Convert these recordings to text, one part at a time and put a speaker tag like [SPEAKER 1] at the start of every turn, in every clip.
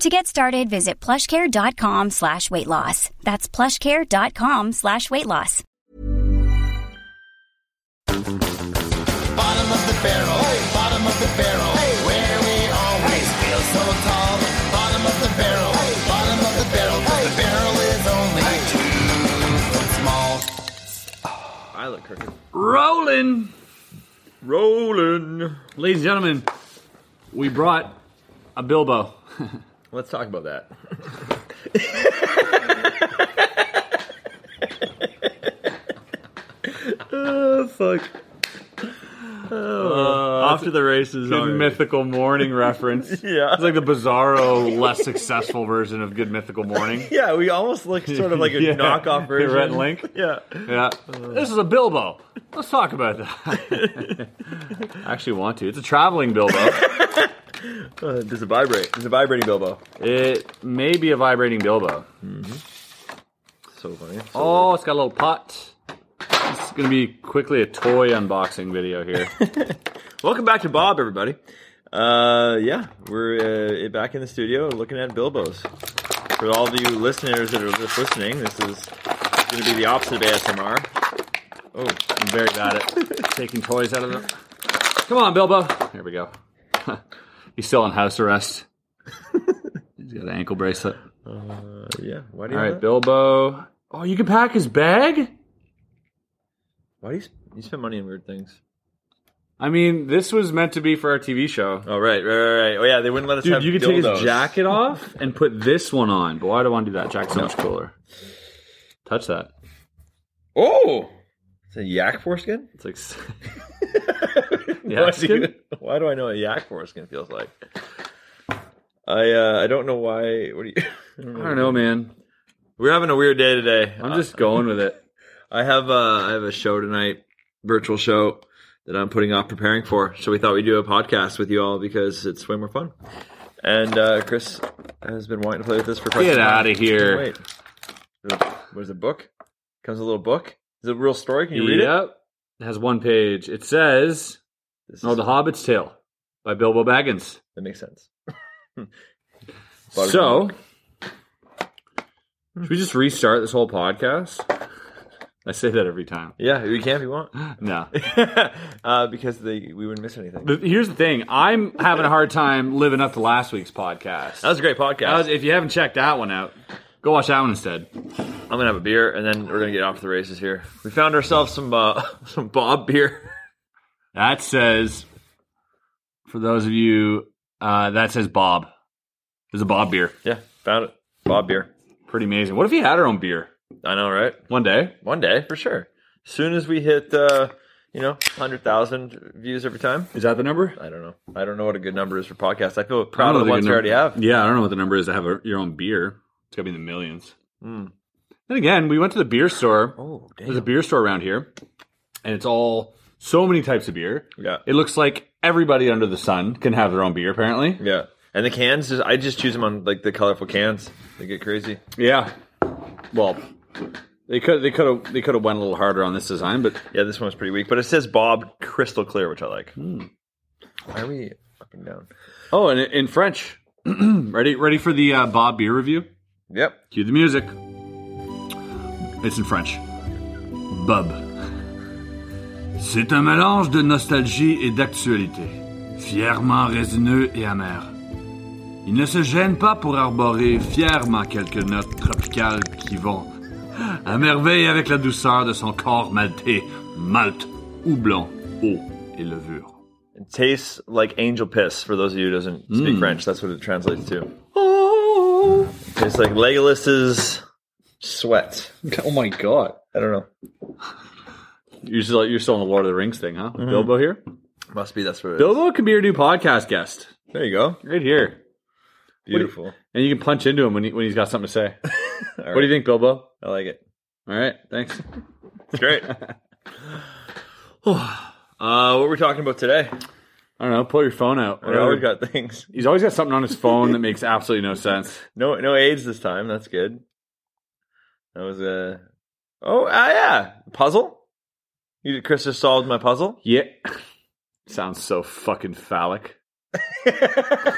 [SPEAKER 1] To get started, visit plushcare.com slash weight loss. That's plushcare.com slash weight loss.
[SPEAKER 2] Bottom of the barrel, bottom of the barrel, where we always feel so tall. Bottom of the barrel, bottom of the barrel, 'cause the barrel is only two foot small.
[SPEAKER 3] I look crooked.
[SPEAKER 4] Rolling.
[SPEAKER 3] Rolling.
[SPEAKER 4] Ladies and gentlemen, we brought a Bilbo.
[SPEAKER 3] Let's talk about that. oh fuck! Oh. Uh, Off to the races.
[SPEAKER 4] Good
[SPEAKER 3] already.
[SPEAKER 4] Mythical Morning reference.
[SPEAKER 3] Yeah.
[SPEAKER 4] It's like the bizarro, less successful version of Good Mythical Morning.
[SPEAKER 3] Yeah, we almost look sort of like a
[SPEAKER 4] Yeah.
[SPEAKER 3] knockoff
[SPEAKER 4] Hey,
[SPEAKER 3] version.
[SPEAKER 4] Rhett and Link?
[SPEAKER 3] Yeah.
[SPEAKER 4] Yeah. This is a Bilbo. Let's talk about that. I actually want to. It's a traveling Bilbo.
[SPEAKER 3] Uh, does it vibrate? Does it vibrating Bilbo?
[SPEAKER 4] it may be a vibrating Bilbo.
[SPEAKER 3] So funny.
[SPEAKER 4] Oh, it's got a little pot. It's going to be quickly a toy unboxing video here.
[SPEAKER 3] Welcome back to Bob, everybody. Uh, yeah, we're uh, back in the studio looking at Bilbos. For all of you listeners that are just listening, this is going to be the opposite of ASMR. Oh,
[SPEAKER 4] I'm very bad at taking toys out of them. Come on, Bilbo. There we go. He's still on house arrest. He's got an ankle bracelet.
[SPEAKER 3] yeah. Why do you?
[SPEAKER 4] All right,
[SPEAKER 3] have that?
[SPEAKER 4] Bilbo. Oh, you can pack his bag?
[SPEAKER 3] Why do you, sp- you spend money on weird things?
[SPEAKER 4] I mean, this was meant to be for our TV show.
[SPEAKER 3] Oh, right, right, right, right. Oh, yeah, they wouldn't let us
[SPEAKER 4] Dude,
[SPEAKER 3] have
[SPEAKER 4] you could take
[SPEAKER 3] dildos.
[SPEAKER 4] his jacket off and put this one on. But why do I want to do that? Jack's so much cooler. Touch that.
[SPEAKER 3] Oh, it's a yak foreskin.
[SPEAKER 4] It's like s-
[SPEAKER 3] why,
[SPEAKER 4] yak
[SPEAKER 3] do you,
[SPEAKER 4] skin?
[SPEAKER 3] why do I know what a yak foreskin feels like? I uh, I don't know why. What do you?
[SPEAKER 4] I don't know, man.
[SPEAKER 3] We're having a weird day today.
[SPEAKER 4] I'm just going with it.
[SPEAKER 3] I have uh, I have a show tonight, virtual show that I'm putting off preparing for. So we thought we'd do a podcast with you all because it's way more fun. And uh, Chris has been wanting to play with this for quite
[SPEAKER 4] Get
[SPEAKER 3] some time.
[SPEAKER 4] out of here.
[SPEAKER 3] Wait, what is a book? Comes a little book. Is it a real story? Can you read it?
[SPEAKER 4] Yep. It has one page. It says
[SPEAKER 3] This
[SPEAKER 4] No,
[SPEAKER 3] is-
[SPEAKER 4] The Hobbit's Tale by Bilbo Baggins.
[SPEAKER 3] that makes sense.
[SPEAKER 4] So, should we just restart this whole podcast? I say that every time.
[SPEAKER 3] yeah, we can if you want,
[SPEAKER 4] No.
[SPEAKER 3] uh, because they, we wouldn't miss anything.
[SPEAKER 4] But here's the thing I'm having a hard time living up to last week's podcast.
[SPEAKER 3] That was a great podcast.
[SPEAKER 4] That was- if you haven't checked that one out, go watch that one instead.
[SPEAKER 3] I'm gonna have a beer, and then we're gonna get off to the races here. We found ourselves some uh, some Bob beer.
[SPEAKER 4] That says, for those of you, uh, that says Bob. It's a Bob beer.
[SPEAKER 3] Yeah, found it. Bob beer.
[SPEAKER 4] Pretty amazing. What if he had our own beer
[SPEAKER 3] I know, right?
[SPEAKER 4] one day?
[SPEAKER 3] One day for sure. As soon as we hit, uh, you know, hundred thousand views every time.
[SPEAKER 4] Is that the number?
[SPEAKER 3] I don't know. I don't know what a good number is for podcasts. I feel proud of the ones we already have.
[SPEAKER 4] Yeah, I don't know what the number is to have a, your own beer. It's got to be in the millions. Hmm. Then again, we went to the beer store.
[SPEAKER 3] Oh, damn.
[SPEAKER 4] There's a beer store around here, and it's all so many types of beer.
[SPEAKER 3] Yeah.
[SPEAKER 4] It looks like everybody under the sun can have their own beer, apparently.
[SPEAKER 3] Yeah, and the cans. Just, I just choose them on like the colorful cans. They get crazy.
[SPEAKER 4] Yeah. Well, They could they could have they could have went a little harder on this design, but
[SPEAKER 3] Yeah, this one's pretty weak, but it says Bob crystal clear, which I like. Why are we up and down?
[SPEAKER 4] oh, and in French. ready ready for the uh, Bob beer review?
[SPEAKER 3] Yep.
[SPEAKER 4] Cue the music. It's in French. Bob. C'est un mélange de nostalgie et d'actualité, fièrement résineux et amer. Il ne se gêne pas pour arborer fièrement quelques notes tropicales qui vont à merveille avec la douceur de son corps maltais, malt, houblon, eau et levure.
[SPEAKER 3] It tastes like angel piss for those of you who doesn't speak French. That's what it translates to.
[SPEAKER 4] Oh
[SPEAKER 3] It tastes like Legolas's sweat.
[SPEAKER 4] Oh my god.
[SPEAKER 3] I don't know.
[SPEAKER 4] You're still, you're still on the Lord of the Rings thing, huh? With Bilbo here?
[SPEAKER 3] Must be that's what it is.
[SPEAKER 4] Bilbo can be your new podcast guest.
[SPEAKER 3] There you go.
[SPEAKER 4] Right here.
[SPEAKER 3] Beautiful.
[SPEAKER 4] And you can punch into him when, he, when he's got something to say. What do you think, Bilbo?
[SPEAKER 3] I like it.
[SPEAKER 4] All right, thanks.
[SPEAKER 3] It's great. uh, what were we talking about today?
[SPEAKER 4] I don't know. Pull your phone out.
[SPEAKER 3] We always got things.
[SPEAKER 4] He's always got something on his phone that makes absolutely no sense.
[SPEAKER 3] No, no AIDS this time. That's good. That was a. Oh, ah, yeah, puzzle. You did. Chris just solved my puzzle.
[SPEAKER 4] Yeah. Sounds so fucking phallic.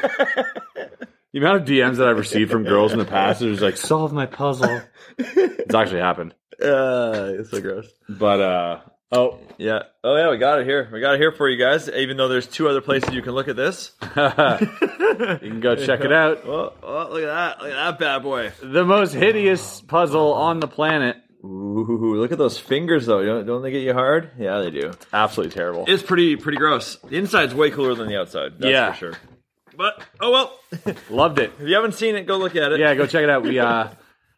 [SPEAKER 4] the amount of DMs that I've received from girls in the past is like, solve my puzzle. it's actually happened.
[SPEAKER 3] Uh, it's so gross.
[SPEAKER 4] But, uh, oh,
[SPEAKER 3] Yeah. Oh yeah, we got it here. We got it here for you guys. Even though there's two other places you can look at this.
[SPEAKER 4] you can go check it out.
[SPEAKER 3] Oh, oh look at that! Look at that bad boy.
[SPEAKER 4] The most hideous puzzle on the planet.
[SPEAKER 3] Ooh, look at those fingers though. Don't, don't they get you hard? Yeah, they do.
[SPEAKER 4] Absolutely terrible.
[SPEAKER 3] It's pretty pretty gross. The inside's way cooler than the outside. That's
[SPEAKER 4] Yeah.
[SPEAKER 3] for sure. But oh well. if
[SPEAKER 4] Loved it.
[SPEAKER 3] you haven't seen it, go look at it.
[SPEAKER 4] Yeah, go check it out. We uh,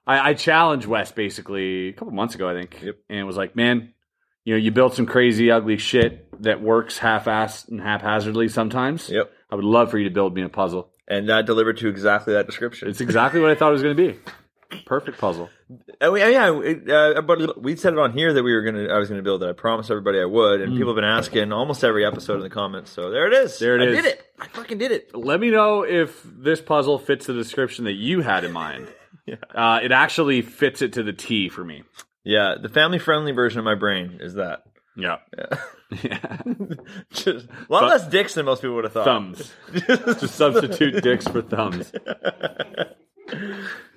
[SPEAKER 4] I, I challenged Wes basically a couple months ago, I think,
[SPEAKER 3] Yep.
[SPEAKER 4] and was like, man, you know, you build some crazy, ugly shit that works half-assed and haphazardly sometimes.
[SPEAKER 3] Yep.
[SPEAKER 4] I would love for you to build me a puzzle.
[SPEAKER 3] And that delivered to exactly that description.
[SPEAKER 4] It's exactly what I thought it was going to be. Perfect puzzle.
[SPEAKER 3] Oh yeah, yeah. it, uh, but we said it on here that we were gonna. I was gonna build it. I promised everybody I would, and people have been asking almost every episode in the comments. So there it is.
[SPEAKER 4] Mm. There it
[SPEAKER 3] I
[SPEAKER 4] is.
[SPEAKER 3] did it. I fucking did it.
[SPEAKER 4] Let me know if this puzzle fits the description that you had in mind. uh, it actually fits it to the T for me.
[SPEAKER 3] Yeah, the family friendly version of my brain is that.
[SPEAKER 4] Yeah.
[SPEAKER 3] Just a lot less dicks than most people would have thought.
[SPEAKER 4] Thumbs. Just substitute dicks for thumbs.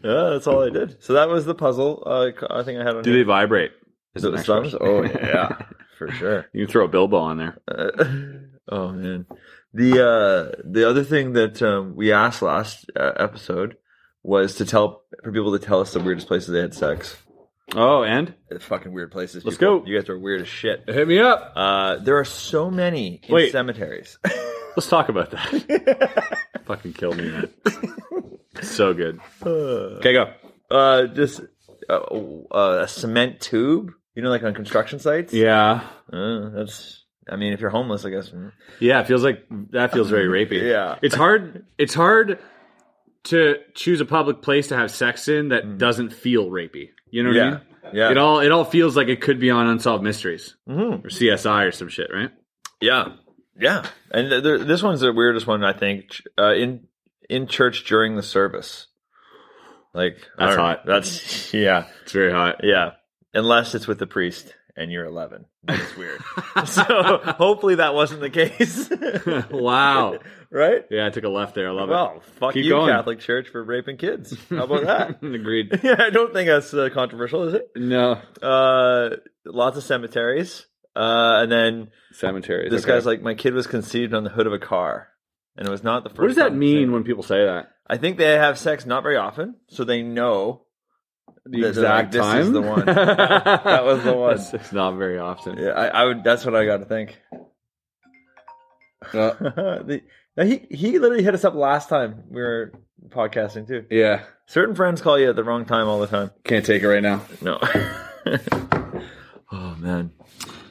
[SPEAKER 3] Yeah, that's all I did. So that was the puzzle. Uh, co- I think I had on.
[SPEAKER 4] Do they
[SPEAKER 3] here.
[SPEAKER 4] vibrate? Is
[SPEAKER 3] Is it the thumbs? Oh yeah, for sure.
[SPEAKER 4] You can throw a Bilbo on there.
[SPEAKER 3] Oh man, the uh, the other thing that um, we asked last uh, episode was to tell for people to tell us the weirdest places they had sex.
[SPEAKER 4] Oh, and
[SPEAKER 3] Uh, Fucking weird places.
[SPEAKER 4] Let's
[SPEAKER 3] people.
[SPEAKER 4] go.
[SPEAKER 3] You guys are weird as shit.
[SPEAKER 4] hit me up.
[SPEAKER 3] Uh, there are so many in
[SPEAKER 4] Wait.
[SPEAKER 3] cemeteries.
[SPEAKER 4] Let's talk about that. Fucking kill me, man. so good.
[SPEAKER 3] okay, go. Uh, just uh, uh, a cement tube. You know, like on construction sites.
[SPEAKER 4] Yeah,
[SPEAKER 3] Uh, that's. I mean, if you're homeless, I guess. mm.
[SPEAKER 4] yeah. It feels like that feels very rapey.
[SPEAKER 3] Yeah.
[SPEAKER 4] it's hard. It's hard to choose a public place to have sex in that doesn't feel rapey. You know what
[SPEAKER 3] Yeah.
[SPEAKER 4] I mean?
[SPEAKER 3] Yeah.
[SPEAKER 4] It all it all feels like it could be on Unsolved Mysteries or CSI or some shit, right?
[SPEAKER 3] Yeah, yeah. And th- th- this one's the weirdest one, I think. ch- Uh, in in church during the service, like I
[SPEAKER 4] That's
[SPEAKER 3] don't know.
[SPEAKER 4] hot.
[SPEAKER 3] That's yeah,
[SPEAKER 4] It's very hot.
[SPEAKER 3] yeah. Unless it's with the priest and you're 11, that's weird. so hopefully that wasn't the case,
[SPEAKER 4] wow.
[SPEAKER 3] right?
[SPEAKER 4] Yeah, I took a left there. I love
[SPEAKER 3] Well, fuck
[SPEAKER 4] Keep
[SPEAKER 3] you,
[SPEAKER 4] going.
[SPEAKER 3] Catholic Church, for raping kids. How about that?
[SPEAKER 4] it. Agreed.
[SPEAKER 3] yeah, I don't think that's uh, controversial, is it?
[SPEAKER 4] No
[SPEAKER 3] Uh, lots of cemeteries, uh, and then
[SPEAKER 4] cemeteries.
[SPEAKER 3] this
[SPEAKER 4] okay.
[SPEAKER 3] guy's like, my kid was conceived on the hood of a car, and it was not the first.
[SPEAKER 4] What does that
[SPEAKER 3] time
[SPEAKER 4] mean
[SPEAKER 3] When-
[SPEAKER 4] when people say that?
[SPEAKER 3] I think they have sex not very often, so they know
[SPEAKER 4] The
[SPEAKER 3] that they're like,
[SPEAKER 4] exact
[SPEAKER 3] this
[SPEAKER 4] time.
[SPEAKER 3] is the one. that was the one.
[SPEAKER 4] That's- It's not very often.
[SPEAKER 3] Yeah, I, I would. That's what I got to think.
[SPEAKER 4] Uh,
[SPEAKER 3] The- now he he literally hit us up last time we were podcasting too.
[SPEAKER 4] Yeah.
[SPEAKER 3] Certain friends call you at the wrong time all the time.
[SPEAKER 4] Can't take it right now.
[SPEAKER 3] No. oh man.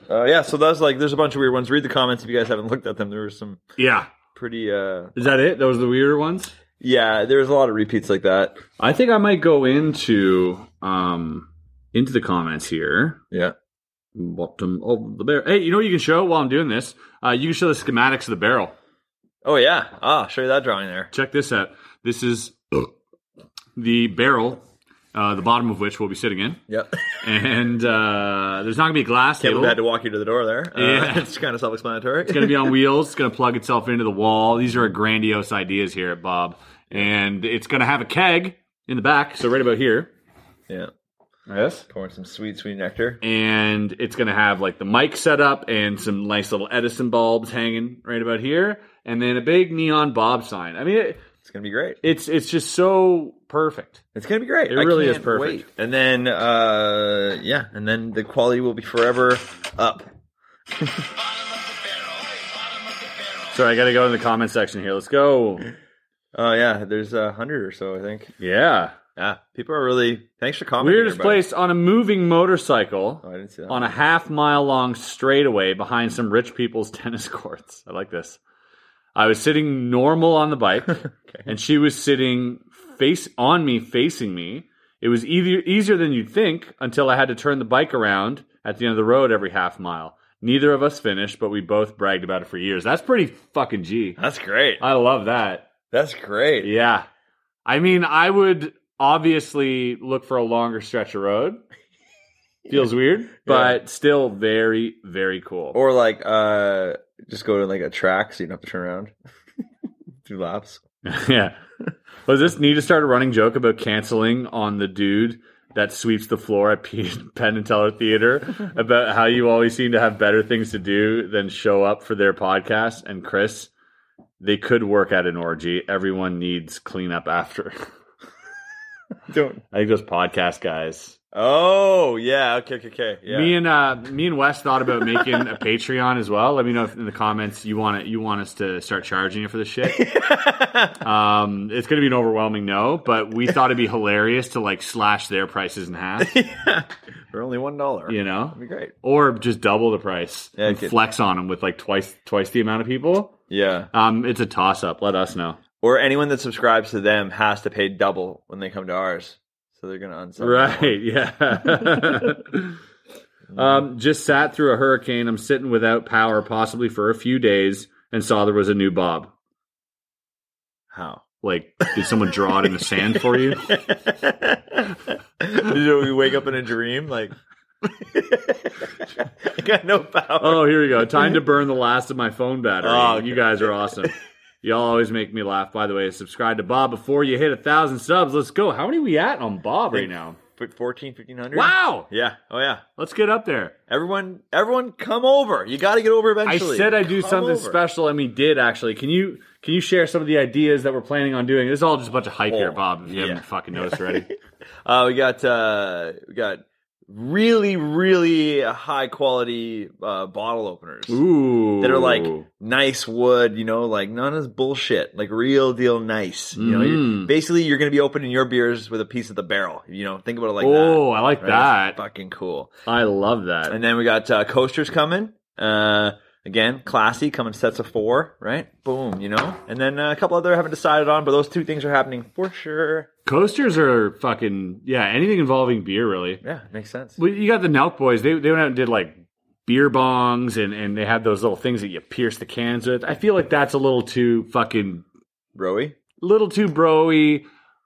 [SPEAKER 3] Uh, yeah, so that's like there's a bunch of weird ones. Read the comments if you guys haven't looked at them. There were some
[SPEAKER 4] Yeah.
[SPEAKER 3] pretty uh
[SPEAKER 4] Is that it? Those are the weirder ones?
[SPEAKER 3] yeah, there was a lot of repeats like that.
[SPEAKER 4] I think I might go into um into the comments here.
[SPEAKER 3] Yeah.
[SPEAKER 4] Bottom of the barrel. Hey, you know what you can show while I'm doing this? Uh, you can show the schematics of the barrel.
[SPEAKER 3] Oh yeah. Ah, show you that drawing there.
[SPEAKER 4] Check this out. This is the barrel uh, the bottom of which we'll be sitting in.
[SPEAKER 3] Yep.
[SPEAKER 4] And uh, there's not going to be a glass
[SPEAKER 3] Can't
[SPEAKER 4] table.
[SPEAKER 3] believe I had to walk you to the door there. Uh,
[SPEAKER 4] Yeah.
[SPEAKER 3] It's kind of self-explanatory.
[SPEAKER 4] It's going to be on wheels. It's going to plug itself into the wall. These are grandiose ideas here at Bob. And it's going to have a keg in the back, so right about here.
[SPEAKER 3] yeah.
[SPEAKER 4] Yes.
[SPEAKER 3] Pouring some sweet, sweet nectar.
[SPEAKER 4] And it's going to have like the mic set up and some nice little Edison bulbs hanging right about here. And then a big neon Bob sign. I mean, it,
[SPEAKER 3] It's gonna be great.
[SPEAKER 4] it's it's just so perfect.
[SPEAKER 3] It's gonna be great.
[SPEAKER 4] It
[SPEAKER 3] I
[SPEAKER 4] really is
[SPEAKER 3] can't
[SPEAKER 4] perfect.
[SPEAKER 3] wait. And then, uh, yeah, and then the quality will be forever up.
[SPEAKER 4] Sorry, I got to go in the comment section here. Let's go.
[SPEAKER 3] Oh yeah, there's a hundred or so, I think.
[SPEAKER 4] Yeah.
[SPEAKER 3] Yeah, people are really thanks for commenting.
[SPEAKER 4] Weirdest
[SPEAKER 3] everybody.
[SPEAKER 4] placed on a moving motorcycle.
[SPEAKER 3] Oh, I didn't see that.
[SPEAKER 4] on a half mile long straightaway behind some rich people's tennis courts. I like this. I was sitting normal on the bike, and she was sitting face on me, facing me. It was easier, easier than you'd think until I had to turn the bike around at the end of the road every half mile. Neither of us finished, but we both bragged about it for years. That's pretty fucking G.
[SPEAKER 3] That's great.
[SPEAKER 4] I love that.
[SPEAKER 3] That's great.
[SPEAKER 4] Yeah. I mean, I would obviously look for a longer stretch of road. Feels weird, but still very, very cool.
[SPEAKER 3] Or like, uh, just go to like a track so you don't have to turn around. Do laps.
[SPEAKER 4] yeah. Was this need to start a running joke about canceling on the dude that sweeps the floor at P- Penn and Teller Theater about how you always seem to have better things to do than show up for their podcast? And Chris, they could work at an orgy. Everyone needs cleanup after.
[SPEAKER 3] Don't.
[SPEAKER 4] I think those podcast guys.
[SPEAKER 3] Oh yeah. Okay. Okay. Okay. Yeah.
[SPEAKER 4] Me and uh, me and Wes thought about making a Patreon as well. Let me know if in the comments you want it, you want us to start charging you for this shit. um, it's going to be an overwhelming no, but we thought it'd be hilarious to like slash their prices in half,
[SPEAKER 3] for only one dollar.
[SPEAKER 4] you
[SPEAKER 3] That'd
[SPEAKER 4] know,
[SPEAKER 3] be great.
[SPEAKER 4] or just double the price
[SPEAKER 3] Yeah,
[SPEAKER 4] and
[SPEAKER 3] good.
[SPEAKER 4] flex on them with like twice twice the amount of people.
[SPEAKER 3] Yeah.
[SPEAKER 4] Um, it's a toss up. Let us know.
[SPEAKER 3] Or anyone that subscribes to them has to pay double when they come to ours. So they're gonna unsub.
[SPEAKER 4] Right. Yeah. um, just sat through a hurricane. I'm sitting without power, possibly for a few days, and saw there was a new Bob.
[SPEAKER 3] How?
[SPEAKER 4] Like, did someone draw it in the sand for you?
[SPEAKER 3] Did we wake up in a dream? Like, I got no power.
[SPEAKER 4] Oh, here we go. Time to burn the last of my phone battery.
[SPEAKER 3] Oh, okay.
[SPEAKER 4] You guys are awesome. Y'all always make me laugh. By the way, subscribe to Bob before you hit a thousand subs. Let's go. How many we at on Bob right now?
[SPEAKER 3] Put 14, 1500?
[SPEAKER 4] Wow.
[SPEAKER 3] Yeah. Oh, yeah.
[SPEAKER 4] Let's get up there.
[SPEAKER 3] Everyone, everyone, come over. You got to get over
[SPEAKER 4] I
[SPEAKER 3] eventually.
[SPEAKER 4] said I'd do
[SPEAKER 3] Come
[SPEAKER 4] something
[SPEAKER 3] over.
[SPEAKER 4] special, and we did actually. Can you can you share some of the ideas that we're planning on doing? This is all just a bunch of hype here,
[SPEAKER 3] Oh,
[SPEAKER 4] Bob. If you
[SPEAKER 3] yeah.
[SPEAKER 4] haven't fucking noticed already,
[SPEAKER 3] Uh, we got uh, we got really, really high quality uh, bottle openers
[SPEAKER 4] ooh,
[SPEAKER 3] that are like nice wood. You know, like none of this bullshit. Like real deal nice. You know, you're,
[SPEAKER 4] Mm.
[SPEAKER 3] basically you're gonna be opening your beers with a piece of the barrel. You know, think about it like
[SPEAKER 4] oh,
[SPEAKER 3] that.
[SPEAKER 4] I like
[SPEAKER 3] Right? It's
[SPEAKER 4] that.
[SPEAKER 3] fucking cool.
[SPEAKER 4] I love that.
[SPEAKER 3] And then we got uh, coasters coming. Uh, again, classy, coming sets of four, right? Boom, you know. And then uh, a couple other I haven't decided on, but those two things are happening for sure.
[SPEAKER 4] Coasters are fucking yeah. Anything involving beer, really.
[SPEAKER 3] Yeah, makes sense.
[SPEAKER 4] Well, you got the Nelk boys. They they went out and did like beer bongs, and and they had those little things that you pierce the cans with. I feel like that's a little too fucking,
[SPEAKER 3] Rowie.
[SPEAKER 4] little too broy,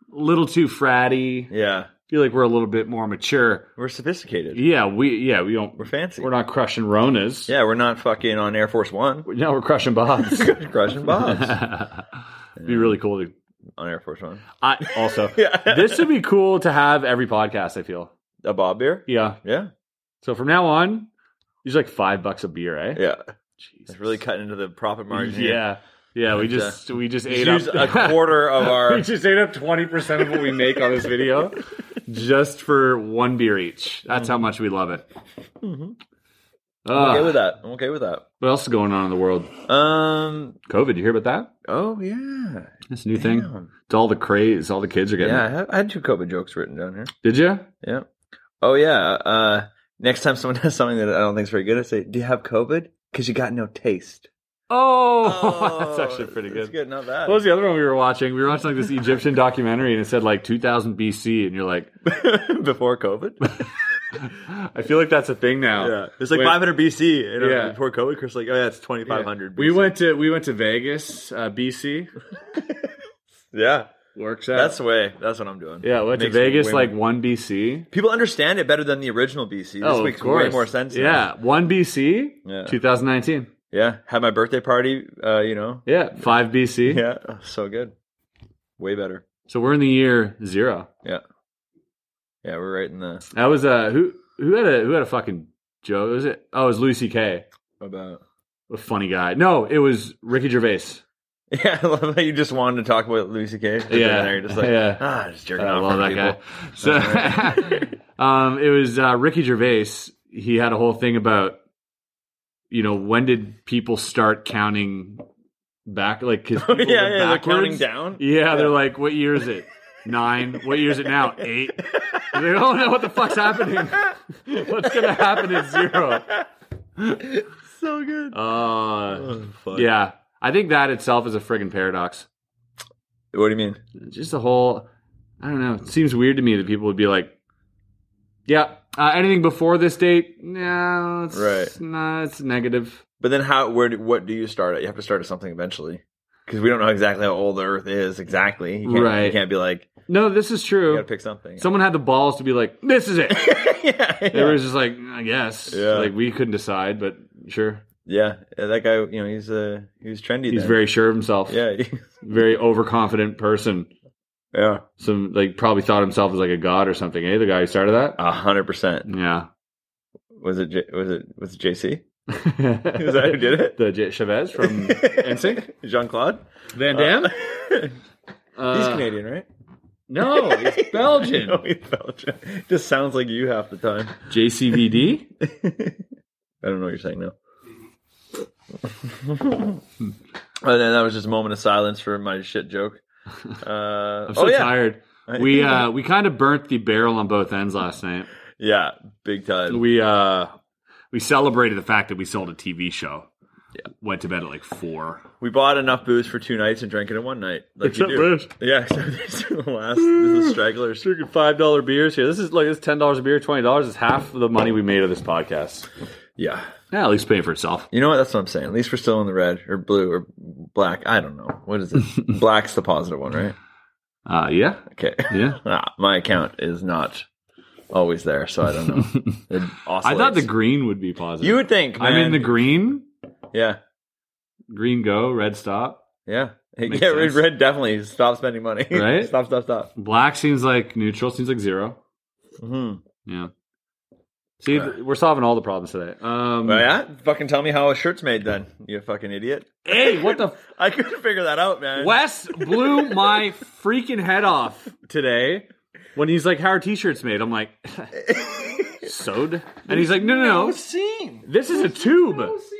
[SPEAKER 4] little too fratty.
[SPEAKER 3] Yeah,
[SPEAKER 4] feel like we're a little bit more mature.
[SPEAKER 3] we're sophisticated.
[SPEAKER 4] Yeah, we yeah we don't
[SPEAKER 3] We're fancy.
[SPEAKER 4] we're not crushing Ronas.
[SPEAKER 3] yeah, we're not fucking on Air Force One.
[SPEAKER 4] No, we're crushing Bobs.
[SPEAKER 3] We're crushing bombs
[SPEAKER 4] It'd be really cool to.
[SPEAKER 3] on Air Force One.
[SPEAKER 4] I also this would be cool to have every podcast. I feel
[SPEAKER 3] A Bob beer.
[SPEAKER 4] yeah.
[SPEAKER 3] Yeah,
[SPEAKER 4] So from now on, these like five bucks a beer, eh?
[SPEAKER 3] yeah.
[SPEAKER 4] Jesus.
[SPEAKER 3] It's really cutting into the profit margin. here.
[SPEAKER 4] Yeah. Yeah, we just we just ate
[SPEAKER 3] uh, Use
[SPEAKER 4] up
[SPEAKER 3] a quarter of our.
[SPEAKER 4] we just ate up twenty percent of what we make on this video just for one beer each. That's how much we love it.
[SPEAKER 3] I'm Mm-hmm. okay
[SPEAKER 4] Uh,
[SPEAKER 3] with that. I'm okay with that.
[SPEAKER 4] what else is going on in the world?
[SPEAKER 3] Um.
[SPEAKER 4] COVID. You hear about that?
[SPEAKER 3] Oh yeah.
[SPEAKER 4] That's a new thing. It's all the craze. All the kids are getting.
[SPEAKER 3] Yeah, I,
[SPEAKER 4] it.
[SPEAKER 3] have, I had two COVID jokes written down here.
[SPEAKER 4] Did you?
[SPEAKER 3] Yeah. Oh yeah. Uh, next time someone has something that I don't think is very good, I say, "Do you have COVID? Because you got no taste."
[SPEAKER 4] Oh, that's actually pretty
[SPEAKER 3] That's good,
[SPEAKER 4] good.
[SPEAKER 3] not bad.
[SPEAKER 4] What was the other one we were watching? We were watching like this Egyptian documentary, and it said like 2000 BC, and you're like,
[SPEAKER 3] before COVID.
[SPEAKER 4] I feel like that's a thing now.
[SPEAKER 3] Yeah, it's like
[SPEAKER 4] When-
[SPEAKER 3] 500 BC. You know,
[SPEAKER 4] Yeah.
[SPEAKER 3] before COVID, Chris like, oh yeah, it's 2500.
[SPEAKER 4] We
[SPEAKER 3] BC.
[SPEAKER 4] went to we went to Vegas, uh, BC,
[SPEAKER 3] Yeah,
[SPEAKER 4] Works out.
[SPEAKER 3] That's the way. That's what I'm doing.
[SPEAKER 4] yeah, went to
[SPEAKER 3] Makes way
[SPEAKER 4] Vegas
[SPEAKER 3] more-
[SPEAKER 4] like 1 BC.
[SPEAKER 3] people understand it better than the original BC. This
[SPEAKER 4] Oh, of
[SPEAKER 3] makes
[SPEAKER 4] course.
[SPEAKER 3] way more sense. now.
[SPEAKER 4] Yeah, 1 BC,
[SPEAKER 3] Yeah.
[SPEAKER 4] 2019.
[SPEAKER 3] yeah. Had my birthday party. Uh, you know.
[SPEAKER 4] Yeah, 5 BC.
[SPEAKER 3] Yeah, oh, so good. Way better.
[SPEAKER 4] So we're in the year 0.
[SPEAKER 3] Yeah. Yeah, we're right in the
[SPEAKER 4] That was uh who who had a who had a fucking joke? Was it? Oh, it was Lucy K.
[SPEAKER 3] about.
[SPEAKER 4] A funny guy. No, it was Ricky Gervais.
[SPEAKER 3] Yeah, I love how you just wanted to talk about Lucy K.
[SPEAKER 4] Yeah.
[SPEAKER 3] there, you're just like
[SPEAKER 4] Yeah.
[SPEAKER 3] ah, just jerking
[SPEAKER 4] I
[SPEAKER 3] off.
[SPEAKER 4] love
[SPEAKER 3] for
[SPEAKER 4] that
[SPEAKER 3] people.
[SPEAKER 4] guy. So um, it was uh, Ricky Gervais. He had a whole thing about, you know, when did people start counting back? Like, cause people
[SPEAKER 3] yeah,
[SPEAKER 4] live
[SPEAKER 3] yeah, they're
[SPEAKER 4] backwards.
[SPEAKER 3] counting down.
[SPEAKER 4] Yeah, they're like, what year is it? Nine. What year is it now? Eight. They don't know what the fuck's happening. What's gonna happen at zero?
[SPEAKER 3] So good. Oh,
[SPEAKER 4] Uh,
[SPEAKER 3] fuck.
[SPEAKER 4] yeah, I think that itself is a friggin' paradox.
[SPEAKER 3] What do you mean?
[SPEAKER 4] just the whole i don't know it seems weird to me that people would be like yeah uh, anything before this date no it's,
[SPEAKER 3] Right.
[SPEAKER 4] no, it's negative
[SPEAKER 3] But then how? Where? Do, what do you start at? You have to start at something eventually, because we don't know exactly how old the Earth is exactly. You can't,
[SPEAKER 4] Right.
[SPEAKER 3] You can't be like
[SPEAKER 4] no this is
[SPEAKER 3] you
[SPEAKER 4] true
[SPEAKER 3] gotta pick something.
[SPEAKER 4] someone had the balls to be like this is it
[SPEAKER 3] yeah,
[SPEAKER 4] they
[SPEAKER 3] yeah.
[SPEAKER 4] were just like i guess
[SPEAKER 3] Yeah.
[SPEAKER 4] like we couldn't decide but sure
[SPEAKER 3] yeah. That guy, you know, he's uh, he was trendy.
[SPEAKER 4] he's
[SPEAKER 3] then.
[SPEAKER 4] very sure of himself
[SPEAKER 3] yeah,
[SPEAKER 4] very overconfident person
[SPEAKER 3] yeah,
[SPEAKER 4] some like probably thought himself as like a god or something hey the guy who started that
[SPEAKER 3] a hundred percent.
[SPEAKER 4] yeah
[SPEAKER 3] Was it? J- was it? Was it JC?
[SPEAKER 4] is
[SPEAKER 3] that who did it?
[SPEAKER 4] the J- chavez from NSYNC?
[SPEAKER 3] Jean Claude.
[SPEAKER 4] van damme
[SPEAKER 3] He's
[SPEAKER 4] Uh,
[SPEAKER 3] Canadian, right?
[SPEAKER 4] no it's belgian
[SPEAKER 3] no, he's Belgian. Just sounds like you half the time.
[SPEAKER 4] JCVD?
[SPEAKER 3] I don't know what you're saying now. and then that was just a moment of silence for my shit joke. Uh,
[SPEAKER 4] I'm so
[SPEAKER 3] oh yeah,
[SPEAKER 4] tired. We uh we kind of burnt the barrel on both ends last night.
[SPEAKER 3] yeah, big time.
[SPEAKER 4] We uh we celebrated the fact that we sold a TV show. Yeah. Went to bed at like four.
[SPEAKER 3] We bought enough booze for two nights and drank it in one night. Like
[SPEAKER 4] Except
[SPEAKER 3] you do.
[SPEAKER 4] this.
[SPEAKER 3] yeah, except this is the last. This is stragglers.
[SPEAKER 4] Drinking five dollar beers here. This is like this ten dollars a beer, twenty dollars is half of the money we made of this podcast.
[SPEAKER 3] Yeah,
[SPEAKER 4] Yeah, at least paying for itself.
[SPEAKER 3] you know what? That's what I'm saying. At least we're still in the red or blue or black. I don't know what is it. Black's the positive one, right?
[SPEAKER 4] Uh yeah.
[SPEAKER 3] Okay.
[SPEAKER 4] Yeah.
[SPEAKER 3] Ah, my account is not always there, so I don't know. It
[SPEAKER 4] I thought the
[SPEAKER 3] oscillates.
[SPEAKER 4] green would be positive.
[SPEAKER 3] you would think
[SPEAKER 4] I'm in
[SPEAKER 3] man.
[SPEAKER 4] the green.
[SPEAKER 3] yeah.
[SPEAKER 4] Green go, red stop.
[SPEAKER 3] Yeah. Hey,
[SPEAKER 4] Makes
[SPEAKER 3] get rid
[SPEAKER 4] sense.
[SPEAKER 3] red definitely stop spending money.
[SPEAKER 4] Right?
[SPEAKER 3] stop, stop, stop.
[SPEAKER 4] Black seems like neutral, seems like zero.
[SPEAKER 3] Mm-hmm.
[SPEAKER 4] Yeah. See, th- we're solving all the problems today. Um,
[SPEAKER 3] Well, yeah. Fucking tell me how a shirt's made then, you fucking idiot.
[SPEAKER 4] Hey, what the f-
[SPEAKER 3] I couldn't figure that out, man.
[SPEAKER 4] Wes blew my freaking head off today when he's like, "How are t-shirts made?" I'm like, "Sewed," and he's like, "No, no, no,
[SPEAKER 5] seam.
[SPEAKER 4] this is a tube.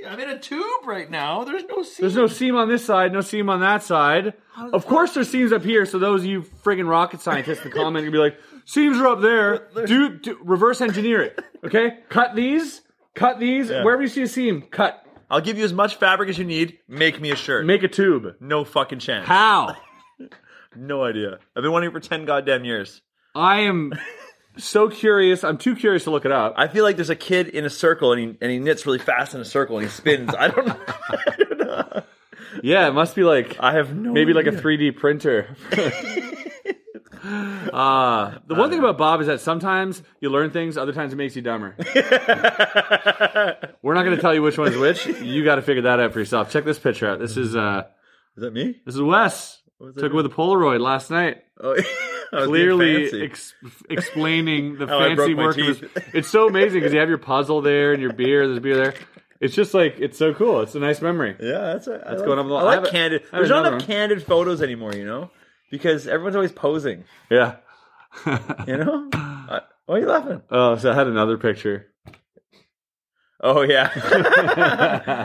[SPEAKER 5] I'm in a tube right now. There's no seam.
[SPEAKER 4] There's no seam on this side, no seam on that side. Of course, there's seams up here. So those of you friggin' rocket scientists in the comment, you'll be like, "Seams are up there. Do, do reverse engineer it, okay? Cut these, cut these. Wherever you see a seam, cut.
[SPEAKER 3] I'll give you as much fabric as you need. Make me a shirt.
[SPEAKER 4] Make a tube.
[SPEAKER 3] no fucking chance.
[SPEAKER 4] How?"
[SPEAKER 3] No idea. I've been wanting it for ten goddamn years.
[SPEAKER 4] I am so curious. I'm too curious to look it up.
[SPEAKER 3] I feel like there's a kid in a circle and he and he knits really fast in a circle and he spins. I don't know. I don't know.
[SPEAKER 4] Yeah, it must be like
[SPEAKER 3] I have no
[SPEAKER 4] maybe like a
[SPEAKER 3] idea.
[SPEAKER 4] 3D printer. uh, the one thing about Bob is that sometimes you learn things, other times it makes you dumber. We're not going to tell you which one's which. You got to figure that out for yourself. Check this picture out. This is uh,
[SPEAKER 3] Is that me?
[SPEAKER 4] this is Wes.
[SPEAKER 3] was I
[SPEAKER 4] Took it
[SPEAKER 3] doing?
[SPEAKER 4] with a Polaroid last night.
[SPEAKER 3] Oh, I was being
[SPEAKER 4] Clearly
[SPEAKER 3] fancy.
[SPEAKER 4] ex- explaining the
[SPEAKER 3] How I
[SPEAKER 4] fancy
[SPEAKER 3] broke my
[SPEAKER 4] work. Of his,
[SPEAKER 3] teeth.
[SPEAKER 4] it's so amazing because you have your puzzle there and your beer. There's beer there. It's just like it's so cool. It's a nice memory.
[SPEAKER 3] Yeah, that's what, that's
[SPEAKER 4] going on.
[SPEAKER 3] I
[SPEAKER 4] I
[SPEAKER 3] like
[SPEAKER 4] have a-
[SPEAKER 3] candid.
[SPEAKER 4] I have
[SPEAKER 3] There's not
[SPEAKER 4] another
[SPEAKER 3] enough
[SPEAKER 4] one.
[SPEAKER 3] candid photos anymore, you know, because everyone's always posing.
[SPEAKER 4] Yeah.
[SPEAKER 3] You know, I, why are you laughing?
[SPEAKER 4] Oh, so I had another picture.
[SPEAKER 3] Oh yeah,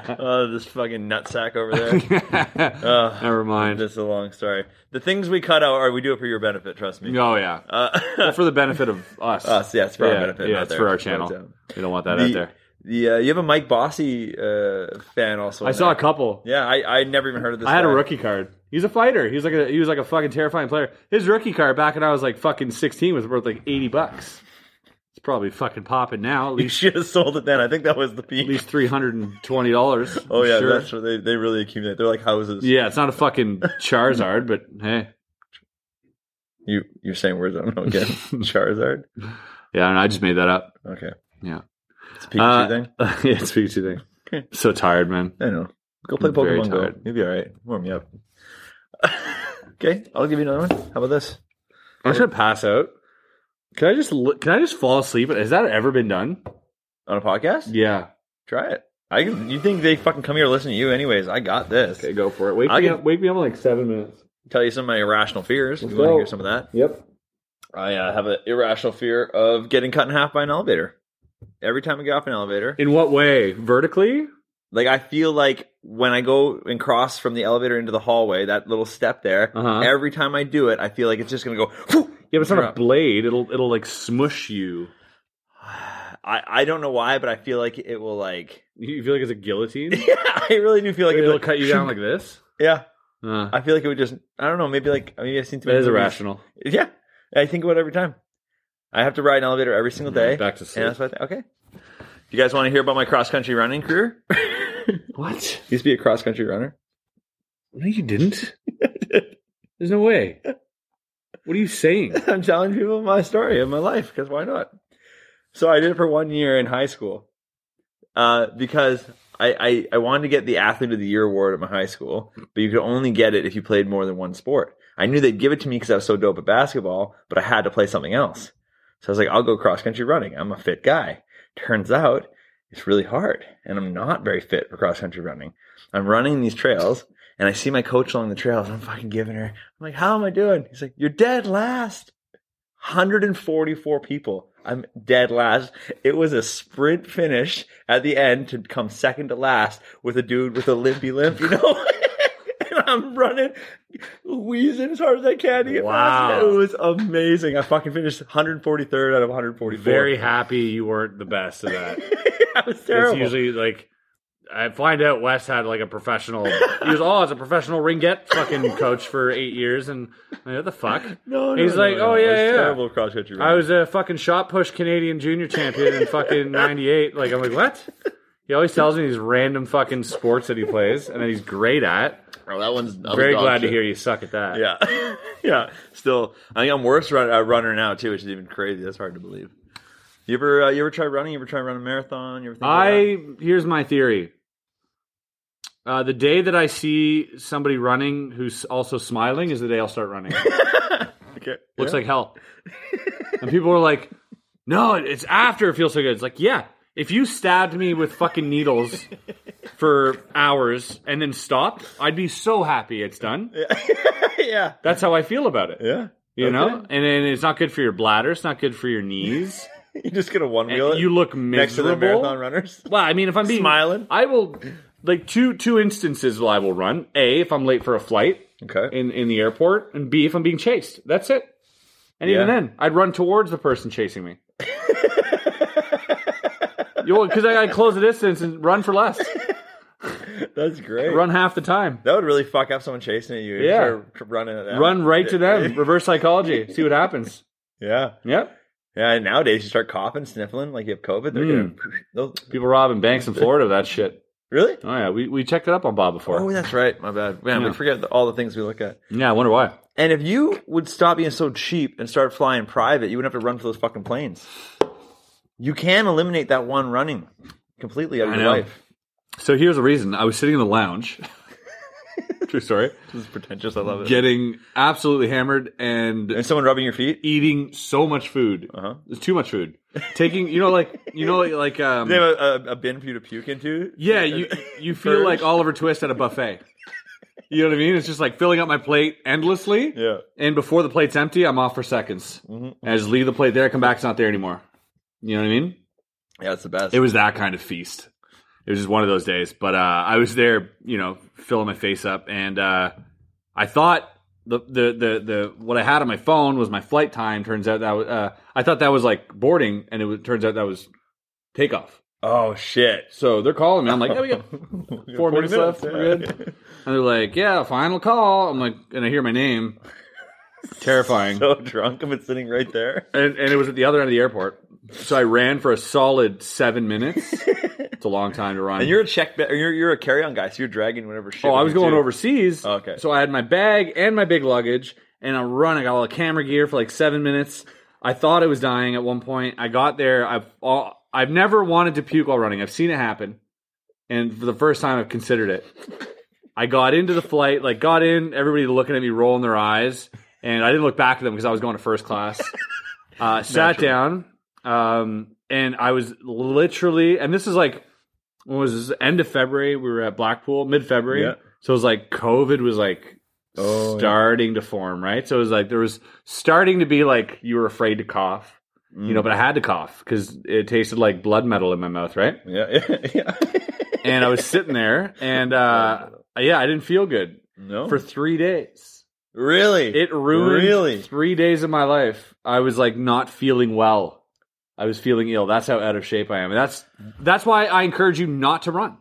[SPEAKER 3] oh this fucking nutsack over there. Uh,
[SPEAKER 4] Never mind.
[SPEAKER 3] That's a long story. The things we cut out are we do it for your benefit. Trust me.
[SPEAKER 4] Oh yeah,
[SPEAKER 3] Uh,
[SPEAKER 4] for the benefit of us.
[SPEAKER 3] Us, yeah, it's for our
[SPEAKER 4] yeah,
[SPEAKER 3] benefit,
[SPEAKER 4] Yeah,
[SPEAKER 3] not
[SPEAKER 4] it's
[SPEAKER 3] theirs.
[SPEAKER 4] for our
[SPEAKER 3] It's
[SPEAKER 4] channel.
[SPEAKER 3] them.
[SPEAKER 4] We don't want that out
[SPEAKER 3] the,
[SPEAKER 4] there.
[SPEAKER 3] the, uh, you have a Mike Bossy uh, fan also.
[SPEAKER 4] I
[SPEAKER 3] in
[SPEAKER 4] saw a
[SPEAKER 3] there.
[SPEAKER 4] couple.
[SPEAKER 3] Yeah, I, I never even heard of this.
[SPEAKER 4] I had a
[SPEAKER 3] guy.
[SPEAKER 4] rookie card. He's a fighter. He's like a he was like a fucking terrifying player. His rookie card back when I was like fucking sixteen was worth like eighty bucks. It's probably fucking popping now. At
[SPEAKER 3] You
[SPEAKER 4] least
[SPEAKER 3] should have sold it then. I think that was the peak.
[SPEAKER 4] at least three hundred and twenty dollars.
[SPEAKER 3] oh yeah, that's where they they really accumulate. They're like houses.
[SPEAKER 4] yeah. It's not a fucking Charizard, but hey,
[SPEAKER 3] You you're saying words I don't get. Charizard.
[SPEAKER 4] Yeah, I, don't know, I just made that up.
[SPEAKER 3] Okay.
[SPEAKER 4] Yeah.
[SPEAKER 3] It's a Pikachu
[SPEAKER 4] Uh,
[SPEAKER 3] thing.
[SPEAKER 4] yeah, it's Pikachu thing. so tired, man.
[SPEAKER 3] I know. Go play
[SPEAKER 4] I'm very
[SPEAKER 3] Pokemon Go.
[SPEAKER 4] tired.
[SPEAKER 3] You'll be all right. Warm me up. okay, I'll give you another one. How about this?
[SPEAKER 4] I'm just gonna pass out. Can I just li- can I just fall asleep? Has that ever been done?
[SPEAKER 3] On a podcast?
[SPEAKER 4] Yeah.
[SPEAKER 3] Try it. I can, you think they fucking come here to listen to you anyways? I got this.
[SPEAKER 4] Okay, go for it. Wake
[SPEAKER 3] I
[SPEAKER 4] me
[SPEAKER 3] can-
[SPEAKER 4] up. Wake me up in like seven minutes.
[SPEAKER 3] Tell you some of my irrational fears.
[SPEAKER 4] Let's
[SPEAKER 3] you want to
[SPEAKER 4] go.
[SPEAKER 3] hear some of that?
[SPEAKER 4] Yep.
[SPEAKER 3] I uh, have an irrational fear of getting cut in half by an elevator. Every time I get off an elevator,
[SPEAKER 4] In what way? Vertically?
[SPEAKER 3] like I feel like when I go and cross from the elevator into the hallway, that little step there.
[SPEAKER 4] Uh-huh.
[SPEAKER 3] Every time I do it, I feel like it's just gonna go. Phew!
[SPEAKER 4] Yeah, but it's not
[SPEAKER 3] Drop.
[SPEAKER 4] a blade. It'll it'll like smush you.
[SPEAKER 3] I I don't know why, but I feel like it will like.
[SPEAKER 4] You feel like it's a guillotine?
[SPEAKER 3] Yeah, I really do feel like
[SPEAKER 4] it'll
[SPEAKER 3] like,
[SPEAKER 4] cut you down like this.
[SPEAKER 3] Yeah,
[SPEAKER 4] Uh,
[SPEAKER 3] I feel like it would just. I don't know. Maybe like maybe I've seen too
[SPEAKER 4] that
[SPEAKER 3] many.
[SPEAKER 4] is
[SPEAKER 3] movies.
[SPEAKER 4] irrational.
[SPEAKER 3] Yeah, I think about it every time. I have to ride an elevator every single day.
[SPEAKER 4] Back to
[SPEAKER 3] and
[SPEAKER 4] sleep.
[SPEAKER 3] that's what I think. Okay. You guys want to hear about my cross country running career?
[SPEAKER 4] What?
[SPEAKER 3] Used to be a cross country runner.
[SPEAKER 4] No, you didn't. There's no way. What are you saying?
[SPEAKER 3] I'm telling people my story of my life because why not? So I did it for one year in high school uh, because I, I, I wanted to get the athlete of the year award at my high school, but you could only get it if you played more than one sport. I knew they'd give it to me because I was so dope at basketball, but I had to play something else. So I was like, I'll go cross country running. I'm a fit guy. Turns out it's really hard, and I'm not very fit for cross country running. I'm running these trails, and I see my coach along the trails, and I'm fucking giving her. I'm like, how am I doing? He's like, you're dead last. 144 people. I'm dead last. It was a sprint finish at the end to come second to last with a dude with a limpy limp, you know? and I'm running, wheezing as hard as I can to get past.
[SPEAKER 4] Wow.
[SPEAKER 3] It was amazing. I fucking finished 143rd out of 144.
[SPEAKER 4] Very happy you weren't the best at that.
[SPEAKER 3] that was terrible.
[SPEAKER 4] It's usually like I find out Wes had like a professional. He was oh, it's a professional ringgit fucking coach for eight years, and I'm like, what the fuck?
[SPEAKER 3] no, no,
[SPEAKER 4] He's
[SPEAKER 3] no,
[SPEAKER 4] like,
[SPEAKER 3] no,
[SPEAKER 4] oh
[SPEAKER 3] no.
[SPEAKER 4] yeah,
[SPEAKER 3] I was
[SPEAKER 4] yeah.
[SPEAKER 3] Terrible cross country.
[SPEAKER 4] I was a fucking shot push Canadian junior champion in fucking '98. Like I'm like what? He always tells me these random fucking sports that he plays and that he's great at.
[SPEAKER 3] oh, that one's that
[SPEAKER 4] Very glad to hear you suck at that.
[SPEAKER 3] Yeah, yeah. Still, I think I'm worse run, uh, runner now too, which is even crazy. That's hard to believe. You ever, uh, you ever try running? You ever try running a marathon? You ever think about that?
[SPEAKER 4] I here's my theory. Uh, the day that I see somebody running who's also smiling is the day I'll start running.
[SPEAKER 3] Okay.
[SPEAKER 4] looks like hell. and people were like, "No, it's after it feels so good." It's like, yeah, if you stabbed me with fucking needles for hours and then stopped, I'd be so happy it's done.
[SPEAKER 3] yeah,
[SPEAKER 4] That's how I feel about it.
[SPEAKER 3] yeah.
[SPEAKER 4] You know,
[SPEAKER 3] Okay.
[SPEAKER 4] and then it's not good for your bladder. It's not good for your knees.
[SPEAKER 3] you just gonna one wheel
[SPEAKER 4] And
[SPEAKER 3] it
[SPEAKER 4] you look
[SPEAKER 3] next to
[SPEAKER 4] miserable.
[SPEAKER 3] the marathon runners.
[SPEAKER 4] Well, I mean, if I'm being
[SPEAKER 3] Smiling.
[SPEAKER 4] I will like two two instances. I will run. A, if I'm late for a flight,
[SPEAKER 3] Okay.
[SPEAKER 4] in in the airport, and B if I'm being chased. That's it. And
[SPEAKER 3] Yeah.
[SPEAKER 4] even then, I'd run towards the person chasing me. Because I gotta close the distance and run for less,
[SPEAKER 3] That's great.
[SPEAKER 4] run half the time,
[SPEAKER 3] That would really fuck up someone chasing at you. if you
[SPEAKER 4] Yeah.
[SPEAKER 3] start tr- running at them.
[SPEAKER 4] run right to them. Reverse psychology, see what happens.
[SPEAKER 3] Yeah,
[SPEAKER 4] Yep.
[SPEAKER 3] yeah. and Nowadays, you start coughing, sniffling like you have COVID. They're
[SPEAKER 4] Mm.
[SPEAKER 3] gonna they'll-
[SPEAKER 4] People robbing banks in Florida, that shit.
[SPEAKER 3] really.
[SPEAKER 4] Oh yeah, we, we checked it up on Bob before.
[SPEAKER 3] Oh, that's right. My bad. Man, we
[SPEAKER 4] Yeah.
[SPEAKER 3] forget the, all the things we look at.
[SPEAKER 4] Yeah, I wonder why.
[SPEAKER 3] And if you would stop being so cheap and start flying private, you wouldn't have to run for those fucking planes. You can eliminate that one running completely out of
[SPEAKER 4] I
[SPEAKER 3] your
[SPEAKER 4] know.
[SPEAKER 3] life.
[SPEAKER 4] So here's the reason: I was sitting in the lounge. True story.
[SPEAKER 3] This is pretentious. I love it.
[SPEAKER 4] Getting absolutely hammered and
[SPEAKER 3] and someone rubbing your feet.
[SPEAKER 4] eating so much food.
[SPEAKER 3] Uh-huh.
[SPEAKER 4] It's too much food. Taking, you know, like you know, like um,
[SPEAKER 3] They have a, a, a bin for you to puke into.
[SPEAKER 4] yeah, you you feel
[SPEAKER 3] Purge.
[SPEAKER 4] like Oliver Twist at a buffet. You know what I mean? It's just like filling up my plate endlessly.
[SPEAKER 3] Yeah. Mm-hmm.
[SPEAKER 4] And before the plate's empty, I'm off for seconds. And I just leave the plate there. Come back, it's not there anymore. You know what I mean?
[SPEAKER 3] Yeah, it's the best.
[SPEAKER 4] It was that kind of feast. It was just one of those days. But uh, I was there, you know, filling my face up, and uh, I thought the, the the the what I had on my phone was my flight time. Turns out that was, uh, I thought that was like boarding, and it was, turns out that was takeoff.
[SPEAKER 3] oh shit.
[SPEAKER 4] So they're calling me. I'm like, yeah, we got four
[SPEAKER 3] 40
[SPEAKER 4] minutes, left. We're
[SPEAKER 3] yeah.
[SPEAKER 4] good. And they're like, yeah, final call. I'm like, and I hear my name. Terrifying.
[SPEAKER 3] So drunk, and it's sitting right there.
[SPEAKER 4] and, and it was at the other end of the airport. So I ran for a solid seven minutes. it's a long time to run.
[SPEAKER 3] And you're a check. Ba- you're you're a carry on guy, so you're dragging whatever shit.
[SPEAKER 4] Oh, I was
[SPEAKER 3] with you,
[SPEAKER 4] going
[SPEAKER 3] too.
[SPEAKER 4] overseas.
[SPEAKER 3] Okay.
[SPEAKER 4] So I had my bag and my big luggage, and I run. I got all the camera gear for like seven minutes. I thought I was dying at one point. I got there. I've all, I've never wanted to puke while running. I've seen it happen, and for the first time, I've considered it. I got into the flight, like got in. Everybody looking at me, rolling their eyes, and I didn't look back at them because I was going to first class. Uh, sat down, um, and I was literally, and this is like what was this end of February? We were at Blackpool, mid February.
[SPEAKER 3] Yeah.
[SPEAKER 4] So it was like COVID was like
[SPEAKER 3] Oh, yeah.
[SPEAKER 4] starting to form, right? So it was like there was starting to be like you were afraid to cough, you
[SPEAKER 3] Mm.
[SPEAKER 4] know, but I had to cough because it tasted like blood metal in my mouth, right?
[SPEAKER 3] Yeah, yeah, yeah.
[SPEAKER 4] And I was sitting there, and uh, yeah, I didn't feel good
[SPEAKER 3] no,
[SPEAKER 4] for three days.
[SPEAKER 3] really,
[SPEAKER 4] It ruined
[SPEAKER 3] Really?
[SPEAKER 4] three days of my life. I was like not feeling well. I was feeling ill. That's how out of shape I am. And that's
[SPEAKER 3] Mm.
[SPEAKER 4] that's why I encourage you not to run.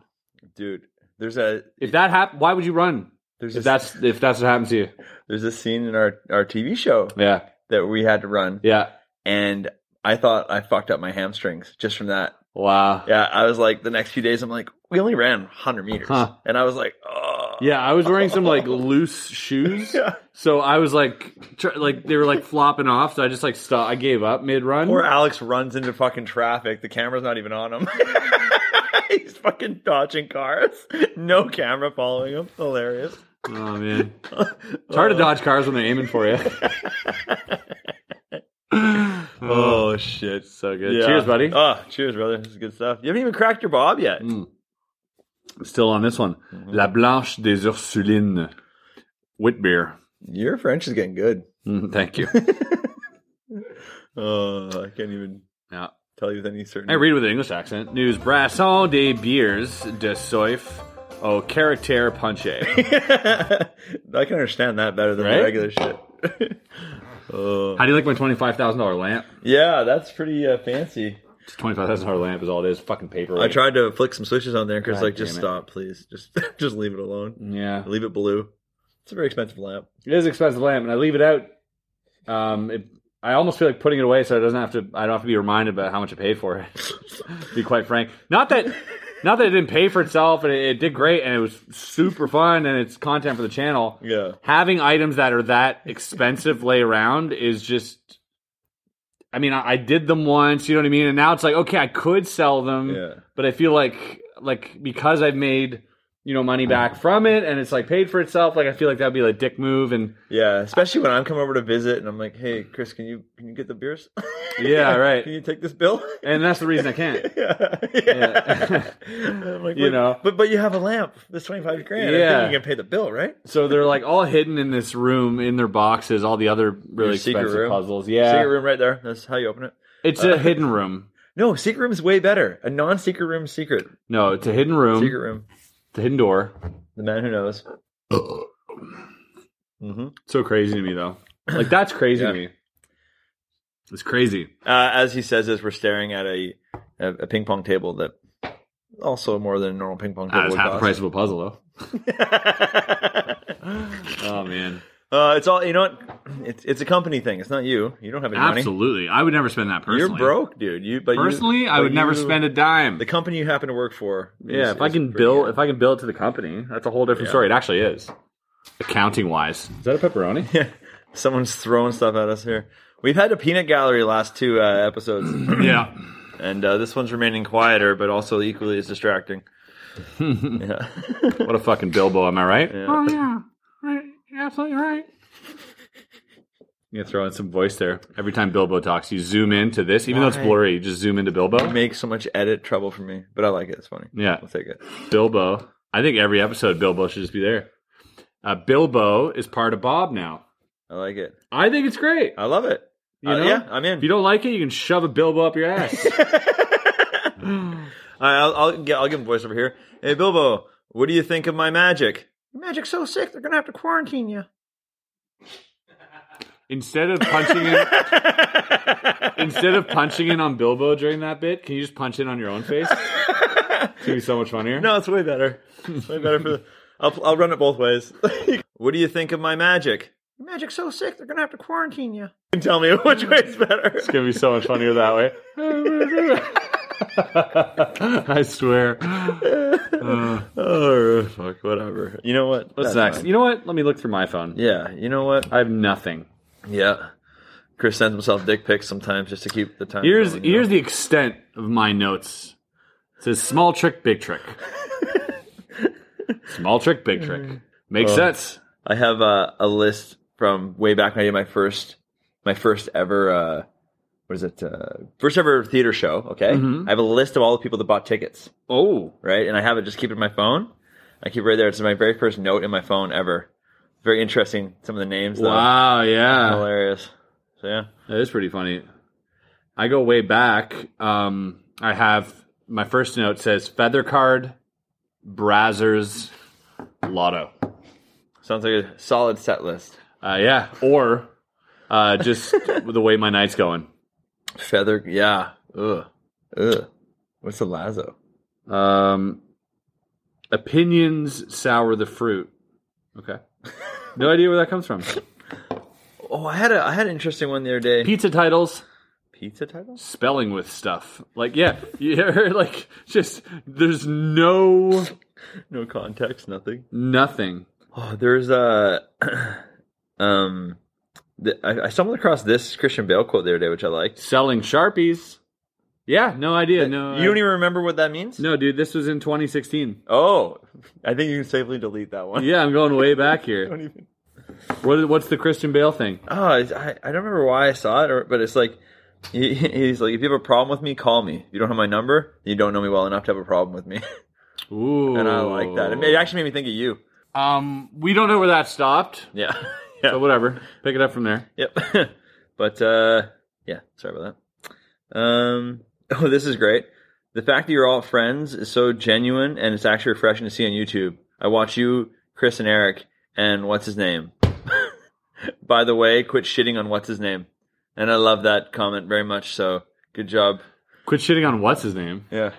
[SPEAKER 3] dude. There's a
[SPEAKER 4] If that happened, why would you run?
[SPEAKER 3] there's a,
[SPEAKER 4] If that's if that's what happens to you,
[SPEAKER 3] there's a scene in our our TV show
[SPEAKER 4] yeah,
[SPEAKER 3] that we had to run,
[SPEAKER 4] yeah,
[SPEAKER 3] and I thought I fucked up my hamstrings just from that.
[SPEAKER 4] wow,
[SPEAKER 3] Yeah, I was like the next few days, I'm like, we only ran 100 meters,
[SPEAKER 4] Huh.
[SPEAKER 3] and I was like, oh,
[SPEAKER 4] yeah. I was wearing some like loose shoes,
[SPEAKER 3] Yeah.
[SPEAKER 4] so I was like, tr- like they were like flopping off. So I just like stopped. I gave up mid run.
[SPEAKER 3] Poor Alex runs into fucking traffic. The camera's not even on him. He's fucking dodging cars. No camera following him. Hilarious.
[SPEAKER 4] Oh man, it's hard to dodge cars when they're aiming for you.
[SPEAKER 3] Oh shit.
[SPEAKER 4] So good. Cheers, buddy.
[SPEAKER 3] Oh, cheers, brother. This is good stuff. You haven't even cracked your bob yet.
[SPEAKER 4] Still on this one,
[SPEAKER 3] mm-hmm.
[SPEAKER 4] La Blanche des Ursulines, wit beer.
[SPEAKER 3] Your French is getting good.
[SPEAKER 4] Mm, thank you.
[SPEAKER 3] Oh, I can't even
[SPEAKER 4] yeah.
[SPEAKER 3] tell you with any certain.
[SPEAKER 4] I read with an English accent. News Brasson des Bières de Soif au caractère punché.
[SPEAKER 3] I can understand that better than
[SPEAKER 4] Right?
[SPEAKER 3] the regular shit.
[SPEAKER 4] How do you like my twenty-five thousand dollar lamp?
[SPEAKER 3] yeah, that's pretty uh, fancy.
[SPEAKER 4] It's twenty-five thousand dollar lamp is all it is. Fucking paper.
[SPEAKER 3] I
[SPEAKER 4] weight.
[SPEAKER 3] tried to flick some switches on there because
[SPEAKER 4] God
[SPEAKER 3] like just
[SPEAKER 4] damn it.
[SPEAKER 3] stop, please. Just just leave it alone.
[SPEAKER 4] Yeah,
[SPEAKER 3] Leave it blue. It's a very expensive lamp.
[SPEAKER 4] it is an expensive lamp, and I leave it out. Um, it, I almost feel like putting it away so it doesn't have to. I don't have to be reminded about how much I paid for it. to be quite frank, not that, not that it didn't pay for itself, and it, it did great, and it was super fun, and it's content for the channel.
[SPEAKER 3] Yeah.
[SPEAKER 4] having items that are that expensive lay around is just I mean, I, I did them once, you know what I mean? And now it's like, okay, I could sell them,
[SPEAKER 3] Yeah.
[SPEAKER 4] but I feel like like because I've made, you know, money back
[SPEAKER 3] Uh-huh.
[SPEAKER 4] from it and it's like paid for itself, like I feel like that'd be a dick move and
[SPEAKER 3] Yeah, especially when I'm coming over to visit and I'm like, "Hey, Chris, can you can you get the beers?
[SPEAKER 4] Yeah, right.
[SPEAKER 3] Can you take this bill?"
[SPEAKER 4] and that's the reason I can't.
[SPEAKER 3] yeah,
[SPEAKER 4] Yeah.
[SPEAKER 3] I'm like,
[SPEAKER 4] You
[SPEAKER 3] "Wait,
[SPEAKER 4] know.
[SPEAKER 3] but but you have a lamp. That's twenty five grand. I
[SPEAKER 4] Yeah.
[SPEAKER 3] think you can pay the bill, right?
[SPEAKER 4] So they're like all hidden in this room in their boxes, all the other really
[SPEAKER 3] Your secret
[SPEAKER 4] expensive
[SPEAKER 3] room.
[SPEAKER 4] puzzles. Yeah.
[SPEAKER 3] Secret room Uh-huh. right there. That's how you open it.
[SPEAKER 4] It's a hidden room.
[SPEAKER 3] No, secret room is way better. A non secret room, is secret
[SPEAKER 4] No, it's a hidden room.
[SPEAKER 3] secret room.
[SPEAKER 4] It's a hidden door.
[SPEAKER 3] The man who knows. hmm
[SPEAKER 4] So crazy to me though. Like that's crazy
[SPEAKER 3] Yeah.
[SPEAKER 4] to me. It's crazy.
[SPEAKER 3] Uh, as he says this, we're staring at a a, a ping pong table that also more than a normal ping pong table.
[SPEAKER 4] That was
[SPEAKER 3] would
[SPEAKER 4] half the
[SPEAKER 3] cost.
[SPEAKER 4] price of a puzzle though. oh man.
[SPEAKER 3] Uh, it's all you know. What? It's it's a company thing. It's not you. You don't have any money.
[SPEAKER 4] Absolutely. I would never spend that personally.
[SPEAKER 3] You're broke, dude. You but you-
[SPEAKER 4] Personally, I
[SPEAKER 3] but
[SPEAKER 4] would never
[SPEAKER 3] you-
[SPEAKER 4] spend a dime.
[SPEAKER 3] The company you happen to work for.
[SPEAKER 4] Yeah,
[SPEAKER 3] is-
[SPEAKER 4] if I
[SPEAKER 3] is
[SPEAKER 4] can
[SPEAKER 3] pretty
[SPEAKER 4] bill
[SPEAKER 3] good.
[SPEAKER 4] if I can bill it to the company, that's a whole different story. It actually is. Accounting wise. Is that a pepperoni?
[SPEAKER 3] someone's throwing stuff at us here. We've had a peanut gallery last two uh, episodes,
[SPEAKER 4] yeah.
[SPEAKER 3] and uh, this one's remaining quieter, but also equally as distracting. yeah.
[SPEAKER 4] What a fucking Bilbo, am I right?
[SPEAKER 3] Oh,
[SPEAKER 4] yeah. Right. You're absolutely right. You throw in some voice there. Every time Bilbo talks, you zoom in to this, even though
[SPEAKER 3] Why?
[SPEAKER 4] it's blurry, you just zoom into Bilbo.
[SPEAKER 3] Makes so much edit trouble for me, but I like it. It's funny.
[SPEAKER 4] Yeah.
[SPEAKER 3] I'll take it.
[SPEAKER 4] Bilbo. I think every episode Bilbo should just be there. Uh, Bilbo is part of Bob now.
[SPEAKER 3] I like it.
[SPEAKER 4] I think it's great.
[SPEAKER 3] I love it.
[SPEAKER 4] You
[SPEAKER 3] Uh,
[SPEAKER 4] know?
[SPEAKER 3] yeah, I'm in.
[SPEAKER 4] If you don't like it, you can shove a Bilbo up your ass.
[SPEAKER 3] I- I'll, I'll, yeah, I'll give him voice over here. Hey, Bilbo, what do you think of my magic? Your magic's so sick, they're going to have to quarantine you.
[SPEAKER 4] instead of punching in, instead of punching in on Bilbo during that bit, can you just punch in on your own face? It's gonna be so much funnier.
[SPEAKER 3] No, it's way better. It's way better for the. I'll, I'll run it both ways. what do you think of my magic? Your magic's so sick, they're going to have to quarantine you. You can tell me which way's better.
[SPEAKER 4] It's gonna be so much funnier that way. I swear.
[SPEAKER 3] Oh, fuck, whatever. You know what?
[SPEAKER 4] What's
[SPEAKER 3] That's
[SPEAKER 4] next?
[SPEAKER 3] fine.
[SPEAKER 4] You know what? Let me look through my phone.
[SPEAKER 3] Yeah, you know what?
[SPEAKER 4] I have nothing.
[SPEAKER 3] Yeah. Chris sends himself dick pics sometimes just to keep the time.
[SPEAKER 4] Here's
[SPEAKER 3] going, you
[SPEAKER 4] here's
[SPEAKER 3] know?
[SPEAKER 4] the extent of my notes. It says small trick, big trick. small trick, big trick. Makes sense.
[SPEAKER 3] I have uh, a list from way back when I did my first my first ever uh, what is it? Uh, first ever theater show. Okay,
[SPEAKER 4] Mm-hmm.
[SPEAKER 3] I have a list of all the people that bought tickets,
[SPEAKER 4] Oh,
[SPEAKER 3] right? And I have it just keep it in my phone. I keep it right there. It's my very first note in my phone ever. Very interesting. Some of the names. though.
[SPEAKER 4] wow, yeah,
[SPEAKER 3] hilarious. So yeah,
[SPEAKER 4] that is pretty funny. I go way back. Um, I have my first note says feather card, Brazzers, Lotto.
[SPEAKER 3] sounds like a solid set list.
[SPEAKER 4] Uh, yeah, or uh, just the way my night's going.
[SPEAKER 3] Feather, yeah. Ugh, ugh. What's a lazo?
[SPEAKER 4] Um, opinions sour the fruit. Okay. No idea where that comes from.
[SPEAKER 3] Oh, I had a I had an interesting one the other day.
[SPEAKER 4] Pizza titles,
[SPEAKER 3] Pizza titles?
[SPEAKER 4] spelling with stuff. Like, yeah, yeah, like just there's no
[SPEAKER 3] No context, nothing.
[SPEAKER 4] nothing.
[SPEAKER 3] Oh, there's a um, th- I, I stumbled across this Christian Bale quote the other day, which I liked.
[SPEAKER 4] Selling sharpies. Yeah, no idea. No,
[SPEAKER 3] you don't even remember what that means?
[SPEAKER 4] no, dude. This was in 2016.
[SPEAKER 3] Oh, I think you can safely delete that one.
[SPEAKER 4] Yeah, I'm going way back here.
[SPEAKER 3] Don't even.
[SPEAKER 4] What, what's the Christian Bale thing?
[SPEAKER 3] Oh, I, I I don't remember why I saw it, or, but it's like he, he's like, if you have a problem with me, call me. If you don't have my number, you don't know me well enough to have a problem with me.
[SPEAKER 4] Ooh,
[SPEAKER 3] and I like that. It, made, it actually made me think of you.
[SPEAKER 4] Um, we don't know where that stopped.
[SPEAKER 3] Yeah. yeah.
[SPEAKER 4] So whatever. Pick it up from there.
[SPEAKER 3] Yep. but uh, yeah, sorry about that. Um, oh, this is great. The fact that you're all friends is so genuine, and it's actually refreshing to see on YouTube. I watch you, Chris, and Eric, and what's his name. By the way, quit shitting on what's his name, and I love that comment very much. So good job.
[SPEAKER 4] Quit shitting on what's his name.
[SPEAKER 3] Yeah.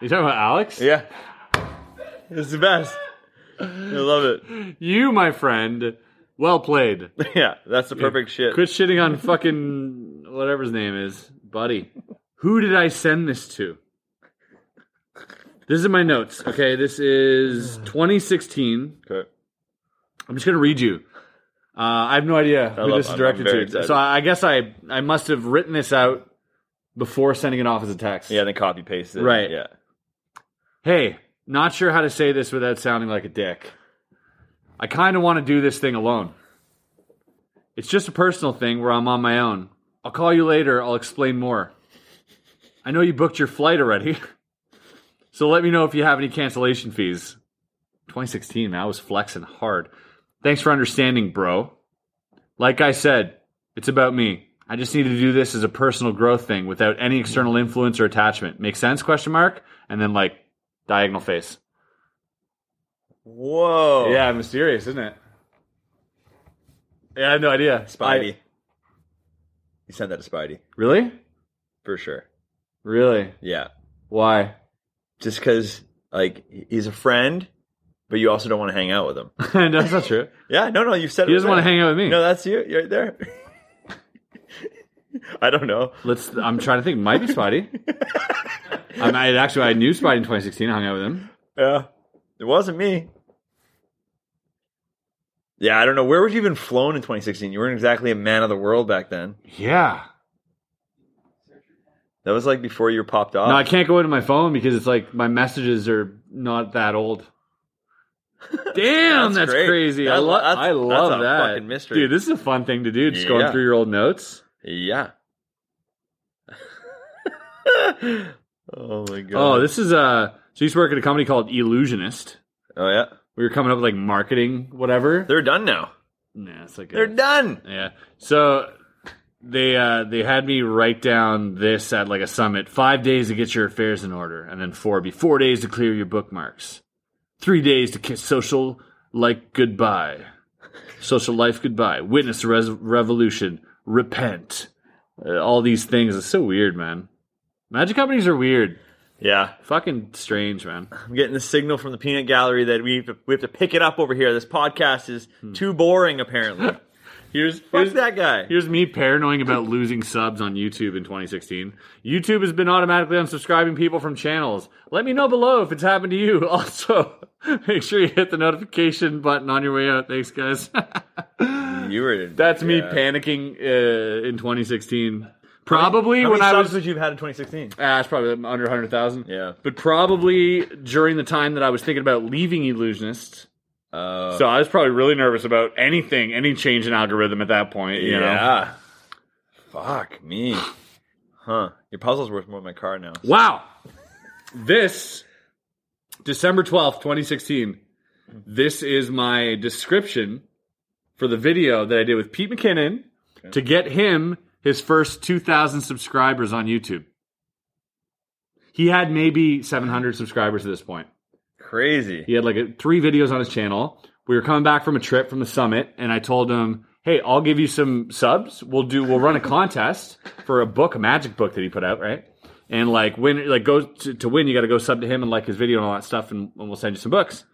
[SPEAKER 4] You talking about Alex?
[SPEAKER 3] Yeah. It's the best. I love it.
[SPEAKER 4] You, my friend, well played.
[SPEAKER 3] Yeah, that's the perfect shit.
[SPEAKER 4] Quit shitting on fucking whatever his name is, buddy. Who did I send this to? This is my notes. Okay, this is 2016.
[SPEAKER 3] Okay.
[SPEAKER 4] I'm just gonna read you. Uh, I have no idea who
[SPEAKER 3] love-
[SPEAKER 4] this is
[SPEAKER 3] I'm-
[SPEAKER 4] directed
[SPEAKER 3] I'm
[SPEAKER 4] to.
[SPEAKER 3] very excited.
[SPEAKER 4] So I I guess I I must have written this out before sending it off as a text.
[SPEAKER 3] Yeah, then copy paste it.
[SPEAKER 4] Right.
[SPEAKER 3] Yeah.
[SPEAKER 4] Hey, not sure how to say this without sounding like a dick. I kind of want to do this thing alone. It's just a personal thing where I'm on my own. I'll call you later, I'll explain more. I know you booked your flight already, so let me know if you have any cancellation fees. 2016, man, I was flexing hard. Thanks for understanding, bro. Like I said, it's about me. I just need to do this as a personal growth thing without any external influence or attachment. Make sense? Question mark. And then like diagonal face.
[SPEAKER 3] Whoa.
[SPEAKER 4] Yeah, mysterious, isn't it? Yeah, I have no idea.
[SPEAKER 3] Spidey.
[SPEAKER 4] I-
[SPEAKER 3] you sent that to Spidey
[SPEAKER 4] really?
[SPEAKER 3] for sure.
[SPEAKER 4] Really?
[SPEAKER 3] Yeah,
[SPEAKER 4] Why?
[SPEAKER 3] just because like he's a friend, but you also don't want to hang out with him.
[SPEAKER 4] no, that's not true.
[SPEAKER 3] Yeah, no, no, you've said
[SPEAKER 4] He
[SPEAKER 3] it
[SPEAKER 4] doesn't want to hang out with me.
[SPEAKER 3] No, that's you. You're right there. I don't know.
[SPEAKER 4] Let's. I'm trying to think. Might be Spidey. I, I actually I knew Spidey in 2016. I hung out with him.
[SPEAKER 3] Yeah, it wasn't me. Yeah, I don't know. Where were you even flown in 2016? You weren't exactly a man of the world back then.
[SPEAKER 4] Yeah.
[SPEAKER 3] That was like before you were popped off.
[SPEAKER 4] No, I can't go into my phone because it's like my messages are not that old. Damn, that's,
[SPEAKER 3] That's great.
[SPEAKER 4] crazy. I,
[SPEAKER 3] That-
[SPEAKER 4] lo-
[SPEAKER 3] that's-
[SPEAKER 4] I love
[SPEAKER 3] that's a
[SPEAKER 4] that.
[SPEAKER 3] fucking mystery.
[SPEAKER 4] Dude, this is a fun thing to do, just going
[SPEAKER 3] Yeah.
[SPEAKER 4] through your old notes.
[SPEAKER 3] Yeah. oh my god.
[SPEAKER 4] Oh, this is uh so I used to work at a company called Illusionist.
[SPEAKER 3] Oh yeah.
[SPEAKER 4] We were coming up with like marketing, whatever.
[SPEAKER 3] They're done now.
[SPEAKER 4] Nah, it's like a-
[SPEAKER 3] They're done.
[SPEAKER 4] Yeah. So they uh, they had me write down this at like a summit: five days to get your affairs in order, and then four be four days to clear your bookmarks, three days to kiss social like goodbye, social life goodbye, witness the res- revolution, repent, uh, all these things. It's so weird, man. Magic companies are weird.
[SPEAKER 3] Yeah.
[SPEAKER 4] Fucking strange, man.
[SPEAKER 3] I'm getting the signal from the peanut gallery that we have to, we have to pick it up over here. This podcast is too boring, apparently.
[SPEAKER 4] Here's
[SPEAKER 3] Fuck
[SPEAKER 4] Hmm. here's,
[SPEAKER 3] that guy.
[SPEAKER 4] here's me paranoid about losing subs on YouTube in 2016. YouTube has been automatically unsubscribing people from channels. Let me know below if it's happened to you. Also, make sure you hit the notification button on your way out. Thanks, guys.
[SPEAKER 3] You were.
[SPEAKER 4] That's me
[SPEAKER 3] yeah.
[SPEAKER 4] panicking uh, in 2016. Probably
[SPEAKER 3] How
[SPEAKER 4] when
[SPEAKER 3] many
[SPEAKER 4] I
[SPEAKER 3] subs
[SPEAKER 4] was
[SPEAKER 3] did you had in 2016?
[SPEAKER 4] Ah, it's probably under 100,000.
[SPEAKER 3] Yeah.
[SPEAKER 4] But probably during the time that I was thinking about leaving Illusionist.
[SPEAKER 3] Uh,
[SPEAKER 4] So I was probably really nervous about anything, any change in algorithm at that point, you know.
[SPEAKER 3] yeah. Fuck me. Huh. Your puzzle's worth more than my car now.
[SPEAKER 4] Wow. This December 12th, 2016. This is my description for the video that I did with Pete McKinnon to get him his first 2,000 subscribers on YouTube. He had maybe 700 subscribers at this point.
[SPEAKER 3] Crazy.
[SPEAKER 4] He had like a, three videos on his channel. We were coming back from a trip from the summit, and I told him, "Hey, I'll give you some subs. We'll do. We'll run a contest for a book, a magic book that he put out, right? And like win, like go to, to win, you got to go sub to him and like his video and all that stuff, and, and we'll send you some books."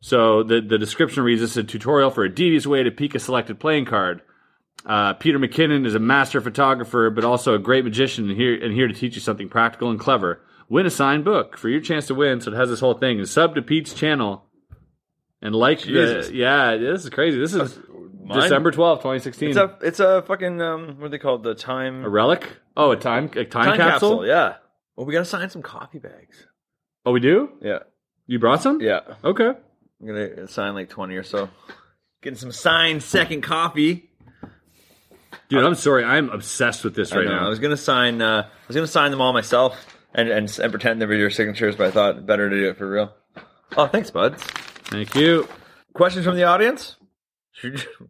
[SPEAKER 4] So the the description reads: "This is a tutorial for a devious way to peek a selected playing card." Uh, Peter McKinnon is a master photographer, but also a great magician, and here and here to teach you something practical and clever. Win a signed book for your chance to win. So it has this whole thing. And sub to Pete's channel and like the-
[SPEAKER 3] Jesus.
[SPEAKER 4] yeah, this is crazy. This is December twelfth, twenty sixteen.
[SPEAKER 3] It's a it's a fucking um what do they call it? The time
[SPEAKER 4] a relic. Oh, a time a time, capsule.
[SPEAKER 3] Yeah. Well, we gotta sign some coffee bags.
[SPEAKER 4] Oh, we do.
[SPEAKER 3] Yeah.
[SPEAKER 4] You brought some.
[SPEAKER 3] Yeah.
[SPEAKER 4] Okay.
[SPEAKER 3] I'm gonna sign like 20 or so. Getting some signed second coffee.
[SPEAKER 4] Dude, I'm sorry. I'm obsessed with this
[SPEAKER 3] Uh, I
[SPEAKER 4] right
[SPEAKER 3] know.
[SPEAKER 4] now.
[SPEAKER 3] I was gonna sign. Uh, I was gonna sign them all myself and, and and pretend they were your signatures, but I thought better to do it for real. Oh, thanks, buds.
[SPEAKER 4] Thank you.
[SPEAKER 3] Questions from the audience?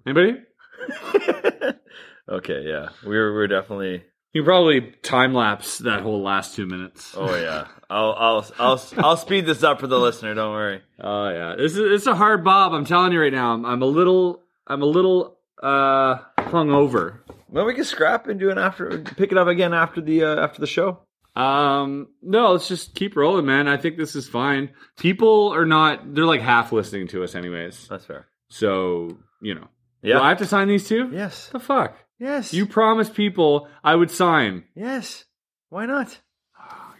[SPEAKER 4] Anybody?
[SPEAKER 3] okay, yeah, we were we were definitely.
[SPEAKER 4] You probably time lapse that whole last two minutes.
[SPEAKER 3] Oh yeah, I'll I'll I'll I'll speed this up for the listener. Don't worry.
[SPEAKER 4] Oh yeah, this is it's a hard bob. I'm telling you right now. I'm, I'm a little I'm a little uh hungover.
[SPEAKER 3] Well, we can scrap and do an after pick it up again after the uh, after the show.
[SPEAKER 4] Um, no, let's just keep rolling, man. I think this is fine. People are not they're like half listening to us, anyways.
[SPEAKER 3] That's fair.
[SPEAKER 4] So you know,
[SPEAKER 3] Yeah.
[SPEAKER 4] Do I have to sign these two.
[SPEAKER 3] Yes.
[SPEAKER 4] the fuck.
[SPEAKER 3] Yes.
[SPEAKER 4] You promised people I would sign.
[SPEAKER 3] Yes. Why not? Ah,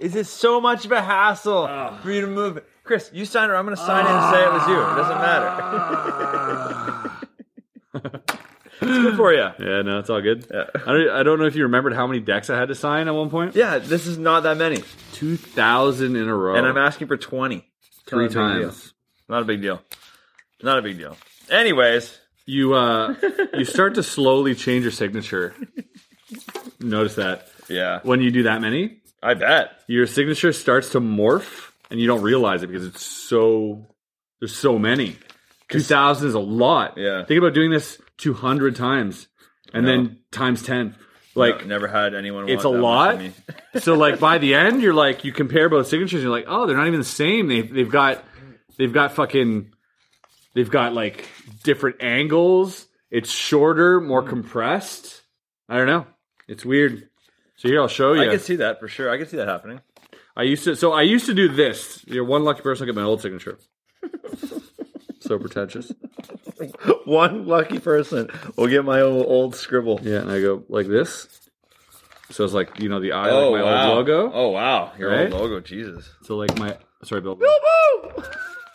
[SPEAKER 3] Is it so much of a hassle
[SPEAKER 4] Ah.
[SPEAKER 3] for you to move it? Chris, you sign it. I'm going to sign it and say it was you. It doesn't matter.
[SPEAKER 4] Ah.
[SPEAKER 3] it's good for you.
[SPEAKER 4] Yeah, no, it's all good.
[SPEAKER 3] Yeah.
[SPEAKER 4] I don't I don't know if you remembered how many decks I had to sign at one point.
[SPEAKER 3] Yeah, this is not that many.
[SPEAKER 4] Two thousand in a row,
[SPEAKER 3] And I'm asking for 20.
[SPEAKER 4] three
[SPEAKER 3] It's not a big deal.
[SPEAKER 4] times.
[SPEAKER 3] Not a big deal. Not a big deal. Anyways,
[SPEAKER 4] you uh you start to slowly change your signature notice that
[SPEAKER 3] yeah,
[SPEAKER 4] when you do that many
[SPEAKER 3] I bet.
[SPEAKER 4] your signature starts to morph and you don't realize it because it's so there's so many 2000 is a lot
[SPEAKER 3] Yeah.
[SPEAKER 4] think about doing this 200 times and
[SPEAKER 3] No.
[SPEAKER 4] then times 10 like
[SPEAKER 3] No, never had anyone.
[SPEAKER 4] it's a
[SPEAKER 3] want Oh, that much
[SPEAKER 4] lot.
[SPEAKER 3] of me.
[SPEAKER 4] so like by the end, you're like you compare both signatures. You're like, oh, they're not even the same. They've they've got they've got fucking they've got like different angles. It's shorter, more
[SPEAKER 3] Hmm.
[SPEAKER 4] compressed. I don't know. It's weird. So here I'll show
[SPEAKER 3] I
[SPEAKER 4] you. I,
[SPEAKER 3] could see that for sure. I could see that happening.
[SPEAKER 4] used to so I used to do this. You're one lucky person to get my old signature. so pretentious.
[SPEAKER 3] One lucky person will get my old, old scribble.
[SPEAKER 4] Yeah, and I go like this. So it's like you know the eye, like my
[SPEAKER 3] Oh, wow.
[SPEAKER 4] old logo.
[SPEAKER 3] Oh wow, your
[SPEAKER 4] Right?
[SPEAKER 3] old logo, Jesus.
[SPEAKER 4] So like my sorry, Bill.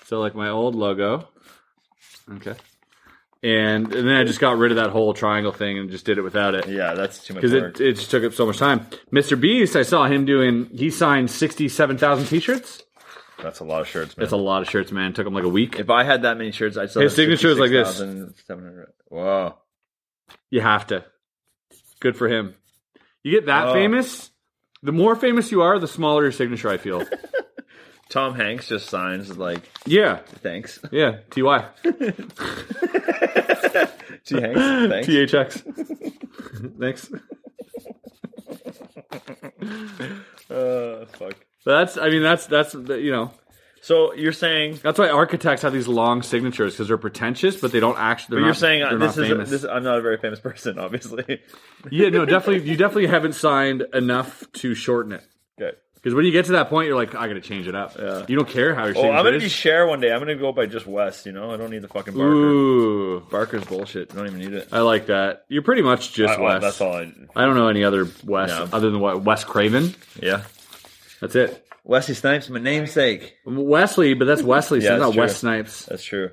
[SPEAKER 4] So like my old logo. Okay. And, and then I just got rid of that whole triangle thing and just did it without it
[SPEAKER 3] Yeah, that's too much
[SPEAKER 4] because
[SPEAKER 3] work.
[SPEAKER 4] it, it just took up so much time. Mr. Beast, I saw him doing. He signed sixty-seven thousand t-shirts.
[SPEAKER 3] that's a lot of shirts, man.
[SPEAKER 4] That's a lot of shirts, man. It took him like a week.
[SPEAKER 3] if I had that many shirts, I'd sell
[SPEAKER 4] His signature is like this.
[SPEAKER 3] 66,700. Wow.
[SPEAKER 4] You have to. Good for him. You get that
[SPEAKER 3] Oh.
[SPEAKER 4] famous. The more famous you are, the smaller your signature. I feel.
[SPEAKER 3] Tom Hanks just signs like
[SPEAKER 4] yeah,
[SPEAKER 3] thanks.
[SPEAKER 4] yeah. Ty.
[SPEAKER 3] T Hanks, thanks.
[SPEAKER 4] THX. Thanks.
[SPEAKER 3] Uh, fuck.
[SPEAKER 4] That's. I mean, that's that's you know.
[SPEAKER 3] So you're saying
[SPEAKER 4] That's why architects have these long signatures because they're pretentious, but they don't actually.
[SPEAKER 3] but
[SPEAKER 4] They're
[SPEAKER 3] you're
[SPEAKER 4] not,
[SPEAKER 3] saying uh,
[SPEAKER 4] they're
[SPEAKER 3] this
[SPEAKER 4] not
[SPEAKER 3] is
[SPEAKER 4] famous.
[SPEAKER 3] this I'm not a very famous person, obviously.
[SPEAKER 4] yeah, no, definitely. You definitely haven't signed enough to shorten it.
[SPEAKER 3] okay.
[SPEAKER 4] Because when you get to that point, you're like, I gotta change it up. You don't care how you're
[SPEAKER 3] Oh,
[SPEAKER 4] saying
[SPEAKER 3] I'm gonna be
[SPEAKER 4] British.
[SPEAKER 3] share one day. I'm gonna go by just West. You know, I don't need the fucking Barker.
[SPEAKER 4] Ooh,
[SPEAKER 3] Barker's bullshit. I don't even need it.
[SPEAKER 4] I like that. You're pretty much just
[SPEAKER 3] I- well,
[SPEAKER 4] West.
[SPEAKER 3] that's all. I,
[SPEAKER 4] I don't know any other West
[SPEAKER 3] No.
[SPEAKER 4] other than what Wes Craven.
[SPEAKER 3] yeah,
[SPEAKER 4] That's it.
[SPEAKER 3] Wesley Snipes, my namesake.
[SPEAKER 4] Wesley, but that's Wesley. so
[SPEAKER 3] Yeah,
[SPEAKER 4] it's
[SPEAKER 3] that's
[SPEAKER 4] not Wes
[SPEAKER 3] true.
[SPEAKER 4] Snipes.
[SPEAKER 3] That's true.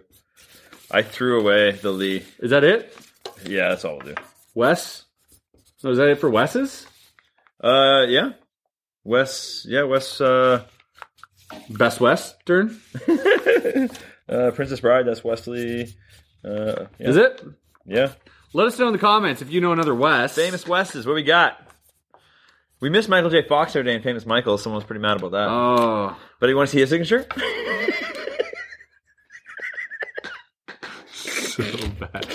[SPEAKER 3] I threw away the Lee.
[SPEAKER 4] Is that it?
[SPEAKER 3] Yeah, that's all we'll do.
[SPEAKER 4] Wes. No, is that it for Wes's?
[SPEAKER 3] Uh, yeah, Wes. Yeah, Wes. Uh,
[SPEAKER 4] Best Western
[SPEAKER 3] uh, Princess Bride. That's Wesley. Uh, yeah.
[SPEAKER 4] is it?
[SPEAKER 3] Yeah.
[SPEAKER 4] Let us know in the comments if you know another Wes.
[SPEAKER 3] Famous Wes's. What we got? We missed Michael J. Fox the other day in Famous Michael. Someone was pretty mad about that.
[SPEAKER 4] Oh,
[SPEAKER 3] but you want to see his signature?
[SPEAKER 4] so bad.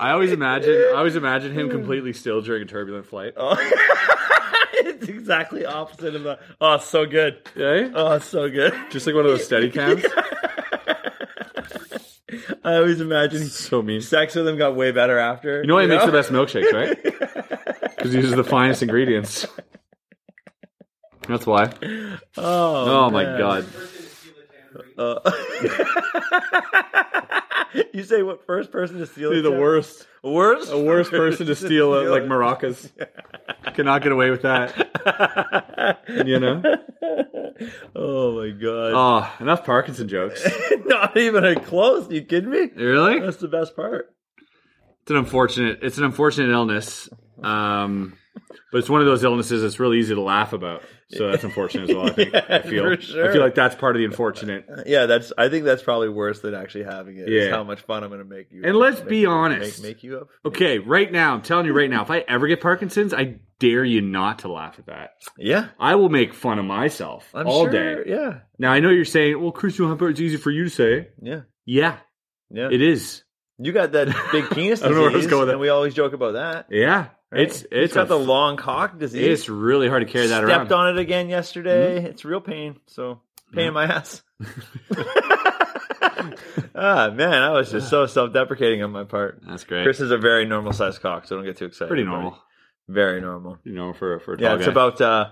[SPEAKER 4] I always imagine. I always imagine him completely still during a turbulent flight.
[SPEAKER 3] it's exactly opposite of that. Oh, it's so good.
[SPEAKER 4] Okay?
[SPEAKER 3] Oh, it's so good.
[SPEAKER 4] eh? Just like one of those steady cams.
[SPEAKER 3] I always imagine
[SPEAKER 4] So mean.
[SPEAKER 3] sex with him got way better after.
[SPEAKER 4] You know why he makes the best milkshakes, right? Because he uses the finest ingredients. That's why. Oh, my
[SPEAKER 3] man.
[SPEAKER 4] god.
[SPEAKER 3] You say what first person to steal
[SPEAKER 4] Be
[SPEAKER 3] it?
[SPEAKER 4] the worst.
[SPEAKER 3] Worst?
[SPEAKER 4] The worst person to steal it, like maracas. Cannot get away with that. You know?
[SPEAKER 3] Oh my god.
[SPEAKER 4] Oh, enough Parkinson jokes.
[SPEAKER 3] Not even a close. You kidding me?
[SPEAKER 4] Really?
[SPEAKER 3] That's the best part.
[SPEAKER 4] It's an unfortunate it's an unfortunate illness. Um but it's one of those illnesses that's really easy to laugh about. So that's unfortunate as well, I think. I feel
[SPEAKER 3] for sure.
[SPEAKER 4] I feel like that's part of the unfortunate.
[SPEAKER 3] Yeah, that's. I think that's probably worse than actually having it. is
[SPEAKER 4] Yeah.
[SPEAKER 3] how much fun I'm going to make you.
[SPEAKER 4] And let's
[SPEAKER 3] make
[SPEAKER 4] be
[SPEAKER 3] you-
[SPEAKER 4] honest.
[SPEAKER 3] Make, make you up.
[SPEAKER 4] Okay, right now, I'm telling you right now, if I ever get Parkinson's, I dare you not to laugh at that.
[SPEAKER 3] Yeah.
[SPEAKER 4] I will make fun of myself
[SPEAKER 3] I'm
[SPEAKER 4] all
[SPEAKER 3] sure,
[SPEAKER 4] day.
[SPEAKER 3] Yeah.
[SPEAKER 4] Now I know you're saying, "Well, Christian Humper, it's easy for you to say."
[SPEAKER 3] Yeah.
[SPEAKER 4] Yeah,
[SPEAKER 3] Yeah.
[SPEAKER 4] it is.
[SPEAKER 3] You got that big penis disease.
[SPEAKER 4] I don't know where I was going with that.
[SPEAKER 3] And we always joke about that.
[SPEAKER 4] Yeah,
[SPEAKER 3] right?
[SPEAKER 4] it's
[SPEAKER 3] He's
[SPEAKER 4] it's
[SPEAKER 3] got
[SPEAKER 4] a-
[SPEAKER 3] the long cock disease.
[SPEAKER 4] it's really hard to carry that
[SPEAKER 3] Stepped
[SPEAKER 4] around. Mm-hmm.
[SPEAKER 3] on it again yesterday. It's real pain. So pain in my ass. ah man, I was just so self-deprecating on my part.
[SPEAKER 4] That's great.
[SPEAKER 3] Chris is a very normal sized cock, so don't get too excited.
[SPEAKER 4] Pretty
[SPEAKER 3] everybody.
[SPEAKER 4] normal,
[SPEAKER 3] Very normal.
[SPEAKER 4] you know, for for a
[SPEAKER 3] Yeah,
[SPEAKER 4] tall
[SPEAKER 3] it's
[SPEAKER 4] guy.
[SPEAKER 3] about uh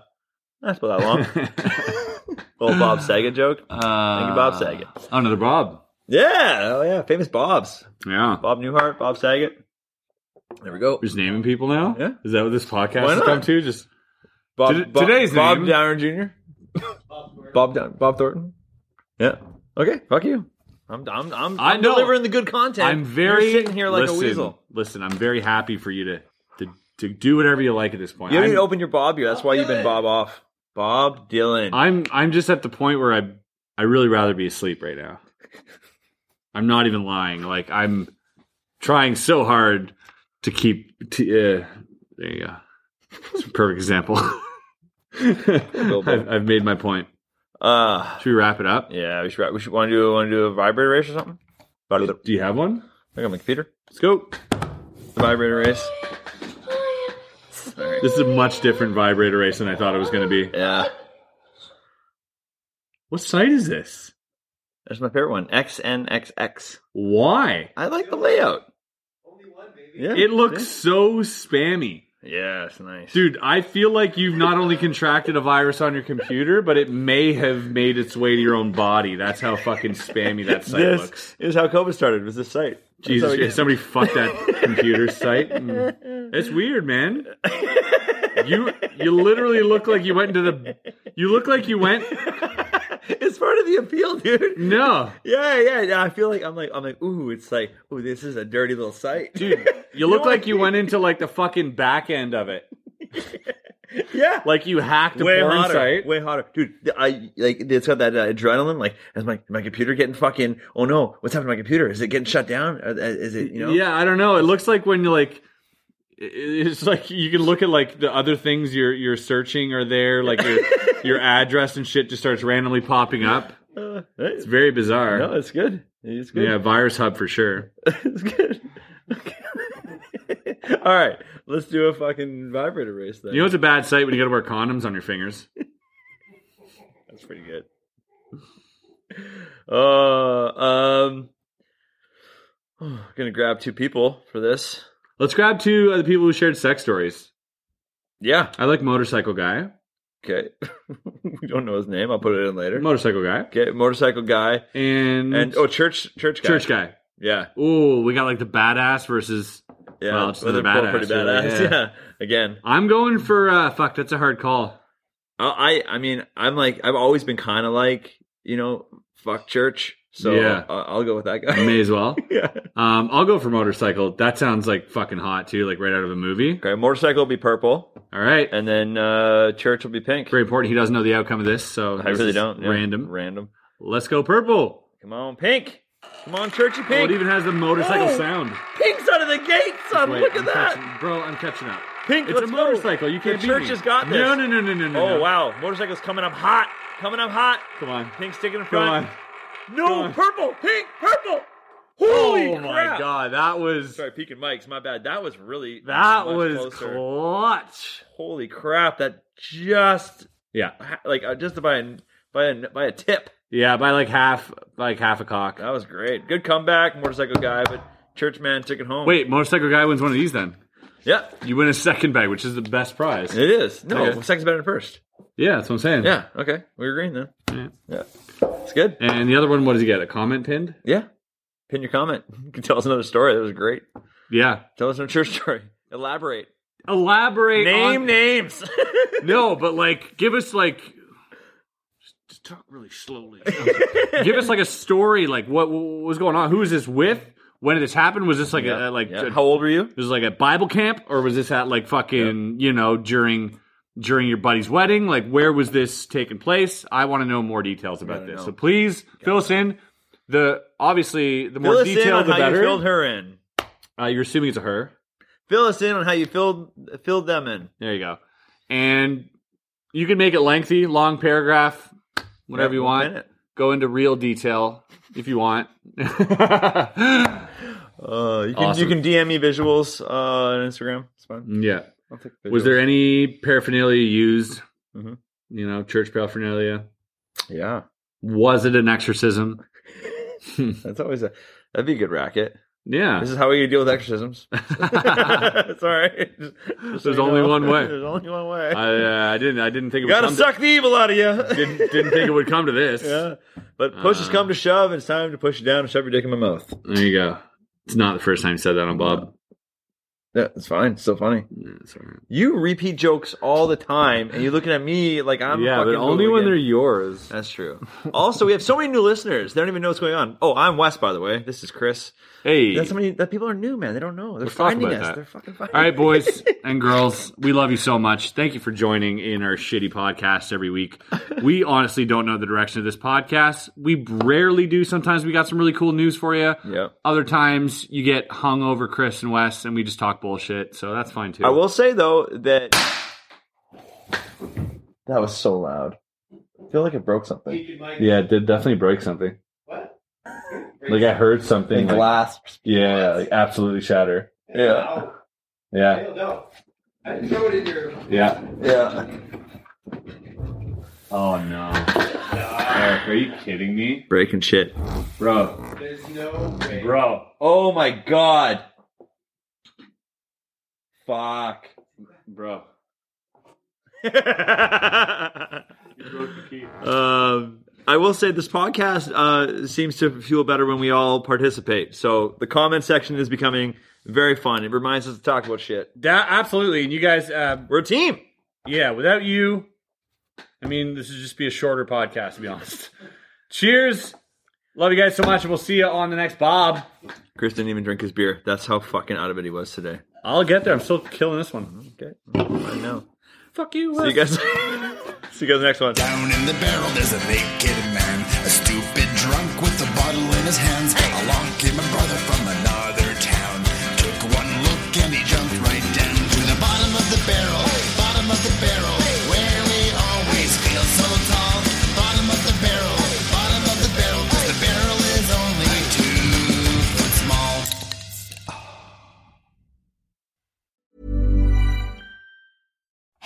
[SPEAKER 3] that's about that long. Little Bob Saget joke.
[SPEAKER 4] uh,
[SPEAKER 3] Thank you, Bob Saget.
[SPEAKER 4] Oh, another Bob.
[SPEAKER 3] Yeah, oh yeah, famous Bob's.
[SPEAKER 4] Yeah,
[SPEAKER 3] Bob Newhart, Bob Saget. There we go.
[SPEAKER 4] we're just naming people now.
[SPEAKER 3] Yeah.
[SPEAKER 4] is that what this podcast
[SPEAKER 3] Why
[SPEAKER 4] has
[SPEAKER 3] not?
[SPEAKER 4] come to? Just
[SPEAKER 3] Bob,
[SPEAKER 4] Tod-
[SPEAKER 3] Bob-
[SPEAKER 4] today's
[SPEAKER 3] Bob
[SPEAKER 4] name-
[SPEAKER 3] Downer Jr. Bob Down, Bob Thornton. Yeah. Okay. Fuck you. I'm I'm I'm,
[SPEAKER 4] I
[SPEAKER 3] I'm
[SPEAKER 4] know.
[SPEAKER 3] delivering the good content.
[SPEAKER 4] I'm very
[SPEAKER 3] You're sitting here like
[SPEAKER 4] listen,
[SPEAKER 3] a weasel.
[SPEAKER 4] Listen, I'm very happy for you to to, to do whatever you like at this point.
[SPEAKER 3] You haven't
[SPEAKER 4] I'm,
[SPEAKER 3] even opened your Bob yet. That's why you've been Bob off. Bob Dylan.
[SPEAKER 4] I'm I'm just at the point where I I really rather be asleep right now. I'm not even lying. Like I'm trying so hard to keep. To, uh, there you go. It's a perfect example. I've, I've made my point.
[SPEAKER 3] Uh,
[SPEAKER 4] Should we wrap it up?
[SPEAKER 3] yeah. We should we should want to do want to do a vibrator race or something. Vibrator-
[SPEAKER 4] Do you have one?
[SPEAKER 3] I got my computer.
[SPEAKER 4] Let's go.
[SPEAKER 3] Vibrator race.
[SPEAKER 4] This is a much different vibrator race than I thought it was going to be.
[SPEAKER 3] Yeah.
[SPEAKER 4] What site is this?
[SPEAKER 3] That's my favorite one. XNXX.
[SPEAKER 4] Why?
[SPEAKER 3] I like the layout. Only one, baby. Yeah.
[SPEAKER 4] It looks so spammy.
[SPEAKER 3] Yeah, it's nice.
[SPEAKER 4] Dude, I feel like you've not only contracted a virus on your computer, but it may have made its way to your own body. That's how fucking spammy that site
[SPEAKER 3] this
[SPEAKER 4] looks.
[SPEAKER 3] is how COVID started. Was this site? That's
[SPEAKER 4] Jesus,
[SPEAKER 3] how it-
[SPEAKER 4] Christ, somebody fucked that computer site. Mm. It's weird, man. You you literally look like you went into the. You look like you went.
[SPEAKER 3] it's part of the appeal, dude.
[SPEAKER 4] No,
[SPEAKER 3] Yeah, yeah, yeah. I feel like I'm like I'm like, ooh, it's like, ooh, this is a dirty little site,
[SPEAKER 4] dude, you look like you went into like the fucking back end of it.
[SPEAKER 3] yeah,
[SPEAKER 4] Like you hacked a
[SPEAKER 3] way
[SPEAKER 4] porn
[SPEAKER 3] hotter,
[SPEAKER 4] site.
[SPEAKER 3] way hotter, dude. th- I like it's got that uh, adrenaline. Like, is my my computer getting fucking? Oh no, what's happening to my computer? Is it getting shut down? Uh, uh, Is it you know?
[SPEAKER 4] Yeah, I don't know. It looks like when you like it- it's like you can look at like the other things you're you're searching are there, like your your address and shit just starts randomly popping up.
[SPEAKER 3] Uh, it's
[SPEAKER 4] It's very bizarre.
[SPEAKER 3] no, it's good. It's good.
[SPEAKER 4] yeah, virus hub for sure.
[SPEAKER 3] it's good. All right, let's do a fucking vibrator race then.
[SPEAKER 4] You know it's a bad sight when you gotta wear condoms on your fingers.
[SPEAKER 3] That's pretty good. Uh, um, gonna grab two people for this.
[SPEAKER 4] Let's grab two of the people who shared sex stories.
[SPEAKER 3] Yeah,
[SPEAKER 4] I like motorcycle guy.
[SPEAKER 3] Okay. we don't know his name. I'll put it in later.
[SPEAKER 4] Motorcycle guy.
[SPEAKER 3] okay, motorcycle guy
[SPEAKER 4] And,
[SPEAKER 3] and oh church church guy.
[SPEAKER 4] church guy.
[SPEAKER 3] Yeah.
[SPEAKER 4] Ooh, we got like the badass versus.
[SPEAKER 3] Yeah.
[SPEAKER 4] Well, it's
[SPEAKER 3] Well,
[SPEAKER 4] another
[SPEAKER 3] they're both pretty
[SPEAKER 4] badass,
[SPEAKER 3] badass.
[SPEAKER 4] really,
[SPEAKER 3] Yeah. Again.
[SPEAKER 4] I'm going for uh fuck. That's a hard call.
[SPEAKER 3] I I I mean, I'm like I've always been kind of like, you know, fuck church. So
[SPEAKER 4] Yeah.
[SPEAKER 3] I- I'll go with that guy.
[SPEAKER 4] May as well.
[SPEAKER 3] yeah.
[SPEAKER 4] Um, I'll go for motorcycle. That sounds like fucking hot too, like right out of a movie.
[SPEAKER 3] Okay, motorcycle will be purple
[SPEAKER 4] All right.
[SPEAKER 3] and then uh church will be pink.
[SPEAKER 4] Very important. He doesn't know the outcome of this, so
[SPEAKER 3] I
[SPEAKER 4] this
[SPEAKER 3] really
[SPEAKER 4] is
[SPEAKER 3] don't. yeah.
[SPEAKER 4] Random.
[SPEAKER 3] Random.
[SPEAKER 4] Let's go purple.
[SPEAKER 3] Come on, pink. Come on, churchy
[SPEAKER 4] Oh,
[SPEAKER 3] pink.
[SPEAKER 4] it even has the motorcycle
[SPEAKER 3] Oh.
[SPEAKER 4] sound.
[SPEAKER 3] Pink's out of the gate, son.
[SPEAKER 4] Wait,
[SPEAKER 3] Look
[SPEAKER 4] I'm
[SPEAKER 3] at that.
[SPEAKER 4] catching- bro. I'm catching up.
[SPEAKER 3] Pink,
[SPEAKER 4] It's
[SPEAKER 3] let's
[SPEAKER 4] a
[SPEAKER 3] go.
[SPEAKER 4] motorcycle. You can't
[SPEAKER 3] The
[SPEAKER 4] beat
[SPEAKER 3] church
[SPEAKER 4] me.
[SPEAKER 3] has got this.
[SPEAKER 4] No, no, no, no, no, no.
[SPEAKER 3] Oh
[SPEAKER 4] no.
[SPEAKER 3] wow, motorcycle's coming up hot. Coming up hot.
[SPEAKER 4] Come on.
[SPEAKER 3] Pink's sticking in
[SPEAKER 4] Come
[SPEAKER 3] front.
[SPEAKER 4] on.
[SPEAKER 3] No,
[SPEAKER 4] on.
[SPEAKER 3] purple, pink, purple. Holy
[SPEAKER 4] oh
[SPEAKER 3] crap!
[SPEAKER 4] my god, that was
[SPEAKER 3] Sorry, Peek and Mike's. My bad. That was really
[SPEAKER 4] that
[SPEAKER 3] much
[SPEAKER 4] was
[SPEAKER 3] closer.
[SPEAKER 4] clutch.
[SPEAKER 3] Holy crap! That just
[SPEAKER 4] Yeah.
[SPEAKER 3] like uh, just by a, by a, by a tip.
[SPEAKER 4] Yeah, by like half like half a cock.
[SPEAKER 3] That was great. Good comeback, motorcycle guy, but churchman took it home.
[SPEAKER 4] Wait, motorcycle guy wins one of these then.
[SPEAKER 3] yeah,
[SPEAKER 4] You win a second bag, which is the best prize.
[SPEAKER 3] it is. No,
[SPEAKER 4] Okay.
[SPEAKER 3] second's better than first.
[SPEAKER 4] Yeah, that's what I'm saying.
[SPEAKER 3] Yeah. Okay, we're agreeing then.
[SPEAKER 4] Yeah.
[SPEAKER 3] Yeah, it's good.
[SPEAKER 4] And the other one, what does he get? A comment pinned?
[SPEAKER 3] Yeah. Pin your comment. You can tell us another story. That was great.
[SPEAKER 4] Yeah.
[SPEAKER 3] Tell us another church story. Elaborate.
[SPEAKER 4] Elaborate.
[SPEAKER 3] Name
[SPEAKER 4] on-
[SPEAKER 3] names.
[SPEAKER 4] No, but like, give us like. Just talk really slowly. give us like a story. Like, what, what was going on? Who was this with? When did this happen? Was this like
[SPEAKER 3] Yeah,
[SPEAKER 4] a like
[SPEAKER 3] yeah.
[SPEAKER 4] a-
[SPEAKER 3] how old were you?
[SPEAKER 4] was it like a Bible camp, or was this at like fucking you know during during your buddy's wedding? Like, where was this taking place? I want to know more details about
[SPEAKER 3] Gotta
[SPEAKER 4] this.
[SPEAKER 3] know.
[SPEAKER 4] So please fill us in. The obviously the more
[SPEAKER 3] Fill us in
[SPEAKER 4] detailed
[SPEAKER 3] on
[SPEAKER 4] the
[SPEAKER 3] how you filled
[SPEAKER 4] better.
[SPEAKER 3] her in.
[SPEAKER 4] Uh, you're assuming it's a her.
[SPEAKER 3] Fill us in on how you filled filled them in.
[SPEAKER 4] There you go. And you can make it lengthy, long paragraph, whatever
[SPEAKER 3] Yeah,
[SPEAKER 4] you
[SPEAKER 3] we'll
[SPEAKER 4] want.
[SPEAKER 3] pin it.
[SPEAKER 4] Go into real detail if you want.
[SPEAKER 3] Uh, you can
[SPEAKER 4] Awesome.
[SPEAKER 3] you can DM me visuals uh, on Instagram. It's fine.
[SPEAKER 4] yeah.
[SPEAKER 3] I'll take visuals.
[SPEAKER 4] Was there any paraphernalia used?
[SPEAKER 3] Mhm.
[SPEAKER 4] You know, church paraphernalia.
[SPEAKER 3] Yeah,
[SPEAKER 4] Was it an exorcism?
[SPEAKER 3] that's always a that'd be a good racket.
[SPEAKER 4] Yeah.
[SPEAKER 3] This is how we deal with exorcisms. Sorry, Just- just so
[SPEAKER 4] There's
[SPEAKER 3] you
[SPEAKER 4] only one way.
[SPEAKER 3] There's only one way.
[SPEAKER 4] I, uh, I didn't. I didn't think
[SPEAKER 3] you
[SPEAKER 4] it would
[SPEAKER 3] gotta
[SPEAKER 4] come
[SPEAKER 3] suck the evil out of you.
[SPEAKER 4] To, didn't, didn't think it Uh. would come to this.
[SPEAKER 3] Yeah. But push has come to shove, and it's time to push you down and shove your dick in my mouth.
[SPEAKER 4] There you go. It's not the first time you said that on Bob.
[SPEAKER 3] Yeah, it's fine. It's still funny.
[SPEAKER 4] Yeah, it's all right.
[SPEAKER 3] You repeat jokes all the time, and you're looking at me like I'm.
[SPEAKER 4] yeah but
[SPEAKER 3] fucking
[SPEAKER 4] only when they're
[SPEAKER 3] hooligan.
[SPEAKER 4] yours.
[SPEAKER 3] That's true. Also, we have so many new listeners; they don't even know what's going on. Oh, I'm Wes, by the way. This is Chris.
[SPEAKER 4] Hey,
[SPEAKER 3] That's how many that people are new, man. They don't know. They're
[SPEAKER 4] Let's talk
[SPEAKER 3] finding
[SPEAKER 4] about
[SPEAKER 3] us.
[SPEAKER 4] that.
[SPEAKER 3] They're fucking finding.
[SPEAKER 4] All right, boys and girls, we love you so much. Thank you for joining in our shitty podcast every week. We honestly don't know the direction of this podcast. We rarely do. Sometimes we got some really cool news for you.
[SPEAKER 3] Yep.
[SPEAKER 4] Other times you get hung over Chris and Wes, and we just talk bullshit. So that's fine too.
[SPEAKER 3] I will say though that that was so loud. I feel like it broke something.
[SPEAKER 4] Yeah, it did definitely break something. What? Like I heard something. like-
[SPEAKER 3] glass.
[SPEAKER 4] yeah, like absolutely shatter.
[SPEAKER 3] Yeah.
[SPEAKER 4] Yeah, yeah.
[SPEAKER 3] Yeah.
[SPEAKER 4] Oh no, Eric, are you kidding me,
[SPEAKER 3] Breaking shit.
[SPEAKER 4] bro? There's no way, bro.
[SPEAKER 3] Oh my god. Fuck.
[SPEAKER 4] Bro.
[SPEAKER 3] um, I will say this podcast uh, seems to feel better when we all participate. So the comment section is becoming very fun. It reminds us to talk about shit.
[SPEAKER 4] That, absolutely. And you guys, uh,
[SPEAKER 3] We're a team.
[SPEAKER 4] yeah, without you, I mean, this would just be a shorter podcast, to be honest. Cheers. Love you guys so much. and We'll see you on the next Bob.
[SPEAKER 3] Chris didn't even drink his beer. That's how fucking out of it he was today.
[SPEAKER 4] I'll get there. I'm still killing this one.
[SPEAKER 3] Okay. I know.
[SPEAKER 4] Fuck you.
[SPEAKER 3] See
[SPEAKER 4] Wes.
[SPEAKER 3] you guys. See you guys next one.
[SPEAKER 5] Down in the barrel, there's a naked man, a stupid drunk with a bottle in his hands. Along came a brother from another town. Took one look and he jumped right down to the bottom of the barrel, bottom of the barrel, where we always feel so tall. Bottom of the barrel, bottom of the barrel, 'cause the barrel is only two foot small.